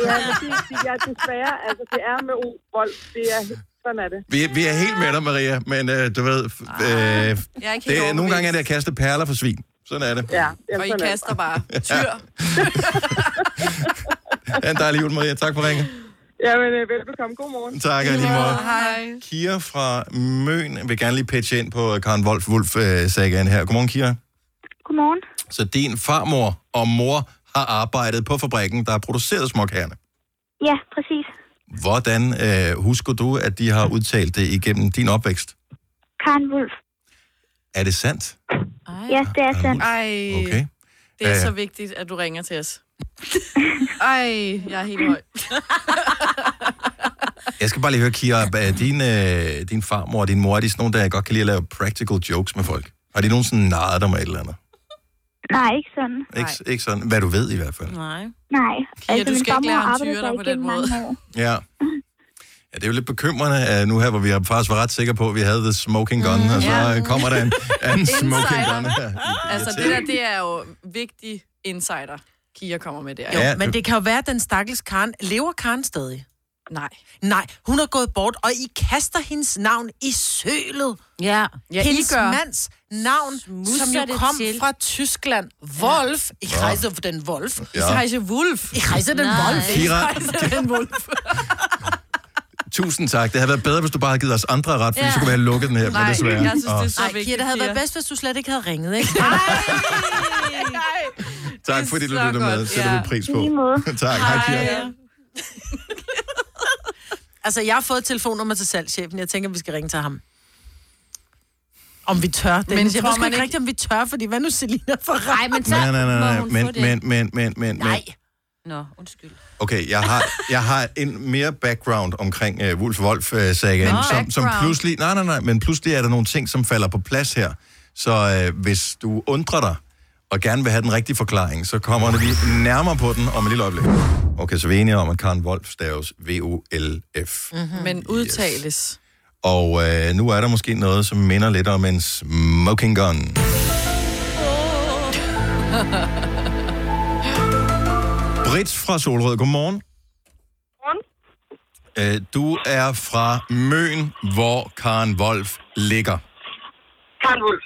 [SPEAKER 12] men det, det er desværre, altså det er med O, vold, det er, sådan er det.
[SPEAKER 1] Vi, vi er helt med dig, Maria, men øh, du ved, f-
[SPEAKER 12] Ah,
[SPEAKER 1] øh,
[SPEAKER 12] jeg er ikke helt
[SPEAKER 1] det, er- nogle gange er det
[SPEAKER 12] overbevist.
[SPEAKER 1] at kaste perler for svin. Sådan er det.
[SPEAKER 12] Ja,
[SPEAKER 2] Og I kaster bare tyr.
[SPEAKER 1] Ha' en dejlig jul, Maria. Tak for ringen.
[SPEAKER 12] Ja, men øh, velbekomme. God morgen.
[SPEAKER 1] Tak, og i lige måde.
[SPEAKER 2] Hej.
[SPEAKER 1] Kira fra Møn vil gerne lige pitche ind på øh, Karen Wolf Wolf øh, sagen her. Godmorgen, Kira.
[SPEAKER 17] Godmorgen.
[SPEAKER 1] Så din farmor og mor har arbejdet på fabrikken, der har produceret småkagerne.
[SPEAKER 17] Ja, præcis.
[SPEAKER 1] Hvordan øh, husker du, at de har udtalt det igennem din opvækst?
[SPEAKER 17] Karen Wolf.
[SPEAKER 1] Er det sandt?
[SPEAKER 17] Ja, det er sandt.
[SPEAKER 2] Ej,
[SPEAKER 1] Okay.
[SPEAKER 2] det er
[SPEAKER 1] Ja,
[SPEAKER 2] så
[SPEAKER 1] ja.
[SPEAKER 2] vigtigt, at du ringer til os. Ej, jeg er helt høj.
[SPEAKER 1] Jeg skal bare lige høre, Kira, er din, øh, din farmor og din mor, er de sådan nogle, der godt kan lide at lave practical jokes med folk? Har de nogensinde narret dig med et eller andet?
[SPEAKER 17] Nej, ikke sådan.
[SPEAKER 1] Ikke, ikke sådan, hvad du ved i hvert fald.
[SPEAKER 17] Nej. Nej. Altså,
[SPEAKER 2] du skal ikke lære ham tyre dig på den måde.
[SPEAKER 1] Ja. Ja, det er jo lidt bekymrende at nu her, hvor vi har- faktisk var ret sikre på, at vi havde the smoking gun, mm, og så
[SPEAKER 2] Mhm. Ja.
[SPEAKER 1] øh, kommer der en anden
[SPEAKER 2] Insider.
[SPEAKER 1] smoking gun her.
[SPEAKER 2] Altså, det der, det er jo vigtig insider, Kia kommer med der.
[SPEAKER 4] Jo, ja, men det kan jo være, at den stakkels Karen... Lever Karen stadig?
[SPEAKER 2] Nej.
[SPEAKER 4] Nej, hun er gået bort, og I kaster hendes navn i sølet.
[SPEAKER 3] Ja.
[SPEAKER 4] Ja, hendes gør. mands navn,
[SPEAKER 3] Smusser
[SPEAKER 4] Smusser som jo
[SPEAKER 3] det
[SPEAKER 4] kom
[SPEAKER 3] til.
[SPEAKER 4] til. fra Tyskland. Wolf. Ja. Ich heiße den Wolf.
[SPEAKER 1] Ja. Ich heiße
[SPEAKER 4] Wolf. Ich heiße den
[SPEAKER 3] Nej.
[SPEAKER 4] Wolf.
[SPEAKER 1] Kira-
[SPEAKER 4] den Wolf.
[SPEAKER 1] Tusind tak. Det havde været bedre, hvis du bare havde givet os andre ret, for ja. så kunne vi have lukket den her. men desværre. Åh,
[SPEAKER 4] Ej, Kira, det havde været bedst, hvis du slet ikke havde ringet, ikke?
[SPEAKER 1] Tak fordi du
[SPEAKER 4] så
[SPEAKER 1] lyttede med.
[SPEAKER 4] godt,
[SPEAKER 1] Sætter
[SPEAKER 4] ja.
[SPEAKER 1] vi pris på.
[SPEAKER 4] I lige måde.
[SPEAKER 1] tak. Hej, Kira.
[SPEAKER 4] Hej. altså, jeg har fået et telefonnummer til salgschefen. Jeg tænker, vi skal ringe til ham. Om vi tør, Dennis. Men jeg
[SPEAKER 3] tror
[SPEAKER 4] ved sgu
[SPEAKER 3] man
[SPEAKER 4] ikke
[SPEAKER 3] ikke-
[SPEAKER 4] rigtigt, om vi tør, fordi hvad nu Selina for ret?
[SPEAKER 3] Nej, men så
[SPEAKER 1] Nej, nej, nej,
[SPEAKER 3] må
[SPEAKER 1] nej.
[SPEAKER 3] hun
[SPEAKER 1] Men,
[SPEAKER 3] få det.
[SPEAKER 1] men, men, men, men, men.
[SPEAKER 3] Nej. Nå, undskyld.
[SPEAKER 1] Okay, jeg har, jeg har en mere background omkring uh, Wolf wolf uh, sagen
[SPEAKER 9] Men
[SPEAKER 1] som, som
[SPEAKER 9] background?
[SPEAKER 1] pludselig... Nej, nej, nej, men pludselig er der nogle ting, som falder på plads her. Så uh, hvis du undrer dig, og gerne vil have den rigtige forklaring, så kommer vi nærmere på den om et lille øjeblik. Okay, så vi er enige om, at Karen Wolf staves V-O-L-F.
[SPEAKER 4] Mhm.
[SPEAKER 2] Mm-hmm. Men udtales.
[SPEAKER 1] Og øh, nu er der måske noget, som minder lidt om en smoking gun. Britt fra Solrød, godmorgen.
[SPEAKER 18] Godmorgen.
[SPEAKER 1] Øh, du er fra Møn, hvor Karen Wolf ligger.
[SPEAKER 18] Karen Wolf.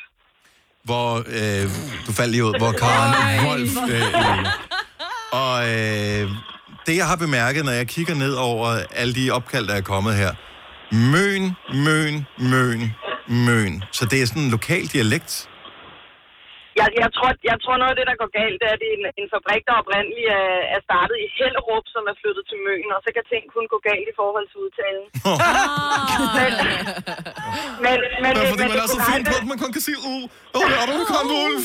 [SPEAKER 1] Hvor, øh, du faldt lige ud, hvor Karen Wolf øh, ligger. Og øh, det, jeg har bemærket, når jeg kigger ned over alle de opkald, der er kommet her. Møn, Møn, Møn, Møn. Så det er sådan en lokal dialekt.
[SPEAKER 18] Jeg, jeg, tror, jeg tror, noget af det, der går galt, det er, at det er en, en fabrik, der oprindeligt er, er startet i Hellerup, som er flyttet til Møn, og så kan ting kun gå galt i forhold til udtalen. men, men, men,
[SPEAKER 1] Ah. Ja, fordi
[SPEAKER 18] men
[SPEAKER 1] man
[SPEAKER 18] det
[SPEAKER 1] er så
[SPEAKER 18] korrekte-
[SPEAKER 1] fin på, at man kun kan sige, uh, oh, er du Karen Wolf?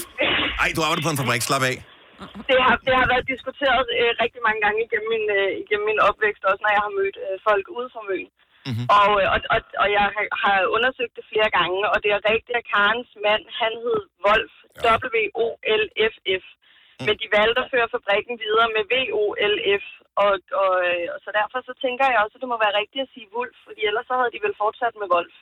[SPEAKER 1] Ej, du arbejder på en fabrik, slap af.
[SPEAKER 18] det har, det har været diskuteret øh, rigtig mange gange igennem min, øh, igennem min opvækst, også når jeg har mødt øh, folk ude fra Møn. Mm-hmm. Og, øh, og, og, og jeg har- har undersøgt det flere gange, og det er rigtigt, at Karens mand, han hed Wolf, W-O-L-F-F. Men de valgte at føre fabrikken videre med VOLF. Og, og, øh, og så derfor så tænker jeg også, at det må være rigtigt at sige Wolf, fordi ellers så havde de vel fortsat med Wolf.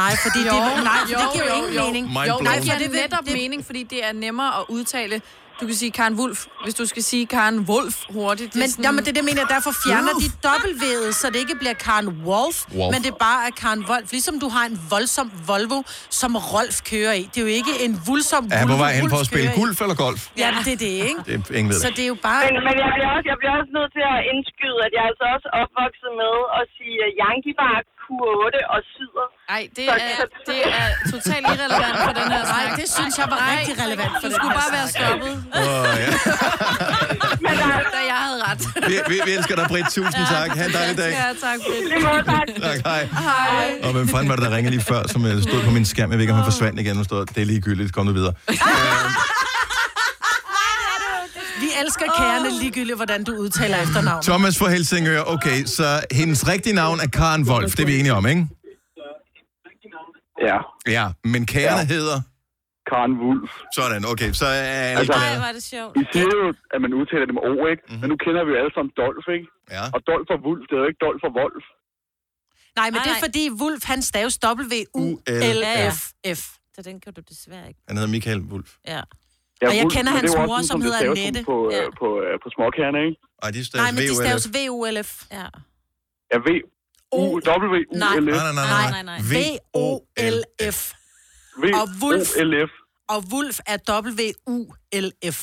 [SPEAKER 4] Nej, fordi
[SPEAKER 2] jo,
[SPEAKER 4] det, nej, for
[SPEAKER 2] jo,
[SPEAKER 4] det giver jo,
[SPEAKER 2] jo,
[SPEAKER 4] ingen
[SPEAKER 2] jo.
[SPEAKER 4] mening.
[SPEAKER 2] Jo, nej, for det giver netop mening, fordi det er nemmere at udtale. Du kan sige Karen Wolf, hvis du skal sige Karen Wolf hurtigt.
[SPEAKER 4] Men, sådan... jamen, det er det, jeg mener, derfor fjerner
[SPEAKER 2] Wolf.
[SPEAKER 4] de dobbeltvedet, så det ikke bliver Karen Wolf,
[SPEAKER 2] Wolf.
[SPEAKER 4] Wolf, men det bare er Karen Wolf. Ligesom du har en voldsom Volvo, som Rolf kører i. Det er jo ikke en voldsom
[SPEAKER 1] Er han på
[SPEAKER 4] Volvo,
[SPEAKER 1] vej hen for
[SPEAKER 4] Wolf
[SPEAKER 1] at spille
[SPEAKER 4] kører i.
[SPEAKER 1] golf eller golf?
[SPEAKER 4] Ja, det er det, ikke?
[SPEAKER 1] Det er ingen ved
[SPEAKER 4] Så
[SPEAKER 1] det.
[SPEAKER 4] det er jo bare...
[SPEAKER 18] Men, men jeg, bliver også, jeg bliver også nødt til at indskyde, at jeg er altså også opvokset med at sige øh, Yankeebar, Q8 og Syder.
[SPEAKER 2] Nej, det er, det er totalt irrelevant for den her snak.
[SPEAKER 4] Nej, det synes jeg var
[SPEAKER 2] Nej,
[SPEAKER 4] rigtig relevant for
[SPEAKER 2] Du
[SPEAKER 4] den
[SPEAKER 2] skulle
[SPEAKER 4] her
[SPEAKER 2] bare være
[SPEAKER 4] snak.
[SPEAKER 2] stoppet,
[SPEAKER 1] Åh, ja.
[SPEAKER 2] da jeg havde ret.
[SPEAKER 1] vi, vi, vi elsker dig, Britt. Tusind tak. Ha' en dejlig dag.
[SPEAKER 2] Ja, tak, Britt.
[SPEAKER 18] Det var tak.
[SPEAKER 1] Tak, hej.
[SPEAKER 2] Hej.
[SPEAKER 1] Og hvem fanden var det, der ringede lige før, som øh, stod på min skærm? Jeg ved ikke, om han forsvandt igen. Nu stod, det er ligegyldigt. Kom nu videre.
[SPEAKER 4] Vi elsker kærne ligegyldigt, hvordan du udtaler efternavn.
[SPEAKER 1] Thomas fra Helsingør. Okay, så hendes rigtige navn er Karen Wolf. Det er vi enige om, ikke?
[SPEAKER 19] Ja.
[SPEAKER 1] Ja, men kærene ja. hedder?
[SPEAKER 19] Karen Wulf.
[SPEAKER 1] Sådan, okay. Så er
[SPEAKER 19] Altså,
[SPEAKER 1] altså,
[SPEAKER 19] Ej,
[SPEAKER 2] var det sjovt.
[SPEAKER 19] I siger jo, at man udtaler det med O, ikke? Mm-hmm. Men nu kender vi jo alle sammen Dolf, ikke?
[SPEAKER 1] Mhm. Ja.
[SPEAKER 19] Og Dolf og Wulf, det er jo ikke Dolf og Wolf.
[SPEAKER 4] Nej, men det er fordi Wolf, han staves W-U-L-F. F.
[SPEAKER 3] Så den kan du desværre ikke.
[SPEAKER 1] Han hedder Michael Wulf.
[SPEAKER 4] Ja. Og jeg kender
[SPEAKER 19] men det er
[SPEAKER 4] hans
[SPEAKER 19] jo også
[SPEAKER 4] mor,
[SPEAKER 19] sådan,
[SPEAKER 4] som
[SPEAKER 19] det
[SPEAKER 4] hedder
[SPEAKER 19] staves
[SPEAKER 4] Annette.
[SPEAKER 19] På, ja. på, øh, på småkærne, ikke?
[SPEAKER 1] Ej, de
[SPEAKER 4] Nej, men det staves V-U-L-F. Ja.
[SPEAKER 19] Ja, V. U, W, U,
[SPEAKER 4] Nej.
[SPEAKER 19] L, F.
[SPEAKER 4] Nej, nej, nej, nej. Nej, nej, nej. V-O-L-F.
[SPEAKER 19] V,
[SPEAKER 4] Og
[SPEAKER 19] O,
[SPEAKER 4] Wulf.
[SPEAKER 19] L, F.
[SPEAKER 4] Og Wolf er W-U-L-F.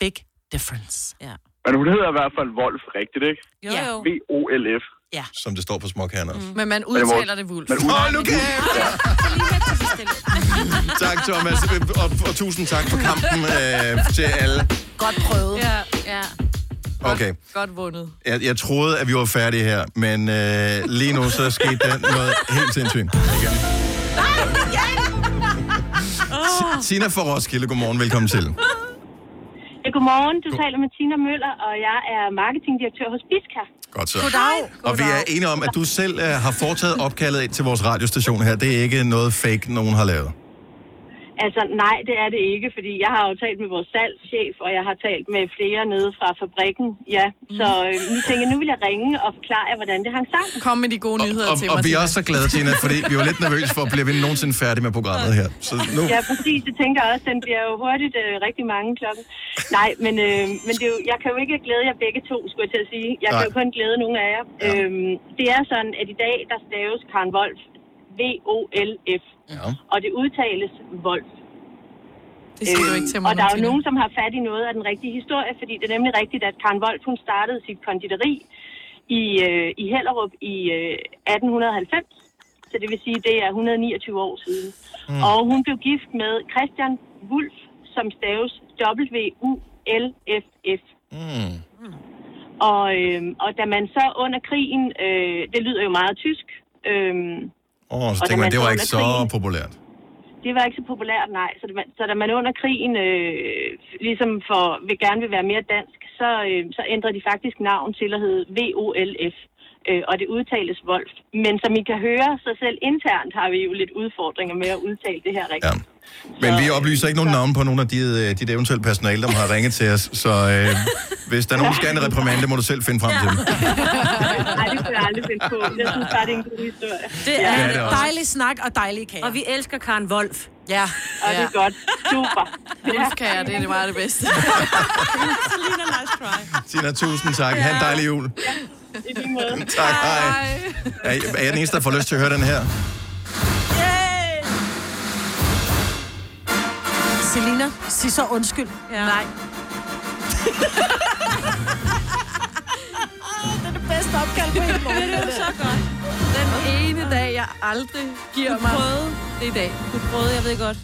[SPEAKER 4] Big difference. Ja.
[SPEAKER 19] Men hun hedder i hvert fald Wolf, rigtigt, ikke?
[SPEAKER 4] Jo, Ja. jo.
[SPEAKER 19] V, O, L, F.
[SPEAKER 4] Ja. Mm.
[SPEAKER 1] Som det står på småkærne også.
[SPEAKER 2] Men man
[SPEAKER 1] Men hvor-
[SPEAKER 2] udtaler det Wolf.
[SPEAKER 1] Men ud- Åh, nu kan
[SPEAKER 2] jeg
[SPEAKER 1] Tak, Thomas. Og, og tusind tak for kampen øh, til alle.
[SPEAKER 4] Godt prøvet.
[SPEAKER 2] Ja, ja.
[SPEAKER 1] Okay.
[SPEAKER 2] Godt vundet.
[SPEAKER 1] Jeg, jeg troede, at vi var færdige her, men øh, lige nu så skete der noget helt sindssygt. Igen.
[SPEAKER 20] Oh.
[SPEAKER 1] Tina fra Roskilde, godmorgen, velkommen til.
[SPEAKER 20] Ja, godmorgen. Du taler med Tina Møller, og jeg er marketingdirektør hos Biska.
[SPEAKER 1] Godt så.
[SPEAKER 20] Goddag.
[SPEAKER 1] Og vi er enige om, at du selv øh, har foretaget opkaldet ind til vores radiostation her. Det er ikke noget fake, nogen har lavet.
[SPEAKER 20] Altså, nej, det er det ikke, fordi jeg har jo talt med vores salgschef, og jeg har talt med flere nede fra fabrikken. Ja, så øh, nu tænker jeg, nu vil jeg ringe og forklare jer, hvordan det hang sammen.
[SPEAKER 2] Mm. Kom med de gode nyheder
[SPEAKER 1] Og,
[SPEAKER 2] til mig.
[SPEAKER 1] og vi er
[SPEAKER 2] Tina.
[SPEAKER 1] også så glade, Tina, fordi vi var lidt nervøse for, bliver vi nogensinde færdige med programmet her. Så nu...
[SPEAKER 20] Ja, præcis. Det tænker jeg også. Den bliver jo hurtigt øh, rigtig mange klokken. Nej, men, øh, men det er jo, jeg kan jo ikke glæde jer begge to, skulle jeg til at sige. Jeg kan
[SPEAKER 1] Nej.
[SPEAKER 20] jo kun glæde nogle af jer. Ja. Øhm, det er sådan, at i dag, der staves Karen Wolf. V-O-L-F.
[SPEAKER 1] Ja.
[SPEAKER 20] Og det udtales Wolf.
[SPEAKER 2] Det siger du ikke til mig
[SPEAKER 20] Øhm, Og
[SPEAKER 2] nu,
[SPEAKER 20] der er jo
[SPEAKER 2] Tina.
[SPEAKER 20] nogen, som har fat i noget af den rigtige historie, fordi det er nemlig rigtigt, at Karen Wolf, hun startede sit konditori i, øh, i Hellerup i øh, 1890. Så det vil sige, det er 129 år siden.
[SPEAKER 21] Mm.
[SPEAKER 20] Mm. Og hun blev gift med Christian Wulf, som staves W-U-L-F-F.
[SPEAKER 1] Mm.
[SPEAKER 20] Og, øh, og da man så under krigen, øh, det lyder jo meget tysk, øh,
[SPEAKER 1] Åh, så
[SPEAKER 20] Og da
[SPEAKER 1] tænker man,
[SPEAKER 20] man
[SPEAKER 1] det var
[SPEAKER 20] så
[SPEAKER 1] ikke
[SPEAKER 20] under
[SPEAKER 1] så
[SPEAKER 20] krigen-
[SPEAKER 1] populært.
[SPEAKER 20] det var ikke så populært, nej. Så, det, var- så da man under krigen øh, ligesom for, vil gerne vil være mere dansk, så, øh, så ændrede de faktisk navn til at hedde VOLF. Øh, og det udtales Wolf. Men som I kan høre, så selv internt har vi jo lidt udfordringer med at udtale det her rigtigt. Ja.
[SPEAKER 1] Men
[SPEAKER 20] øh,
[SPEAKER 1] vi oplyser ikke nogen navne på nogen af de, øh, dit eventuelle personale, der har ringet til os. Så øh, hvis der er nogen, der skal have en reprimande, må du selv finde frem til dem.
[SPEAKER 20] Nej, det kunne jeg aldrig finde på. Jeg synes bare, det er en god historie.
[SPEAKER 4] Det er,
[SPEAKER 1] Ja,
[SPEAKER 4] ja,
[SPEAKER 1] det
[SPEAKER 4] det
[SPEAKER 1] er
[SPEAKER 4] er
[SPEAKER 1] også.
[SPEAKER 4] dejlig snak og dejlig kage. Og vi elsker Karen Wolf. Ja.
[SPEAKER 20] Og det er godt. Super.
[SPEAKER 2] Wolfkager, det er det meget det bedste.
[SPEAKER 1] Tina, tusind tak. Ha' en dejlig jul.
[SPEAKER 20] I lige måde.
[SPEAKER 1] Tak, hej. Er, er jeg den eneste, der får lyst til at høre den her?
[SPEAKER 4] Selina, sig så undskyld. Ja. Nej.
[SPEAKER 2] Det er det bedste opkald på hele morgen. det er så godt. Den ene dag, jeg aldrig giver
[SPEAKER 3] Du
[SPEAKER 2] mig.
[SPEAKER 3] prøvede.
[SPEAKER 2] Det er i dag.
[SPEAKER 3] Du prøvede, jeg ved godt.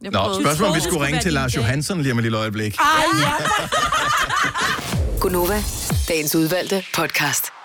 [SPEAKER 1] Nå, spørgsmålet om vi skulle ringe til Lars Johansson lige om et lille øjeblik.
[SPEAKER 8] Gunova, dagens udvalgte podcast.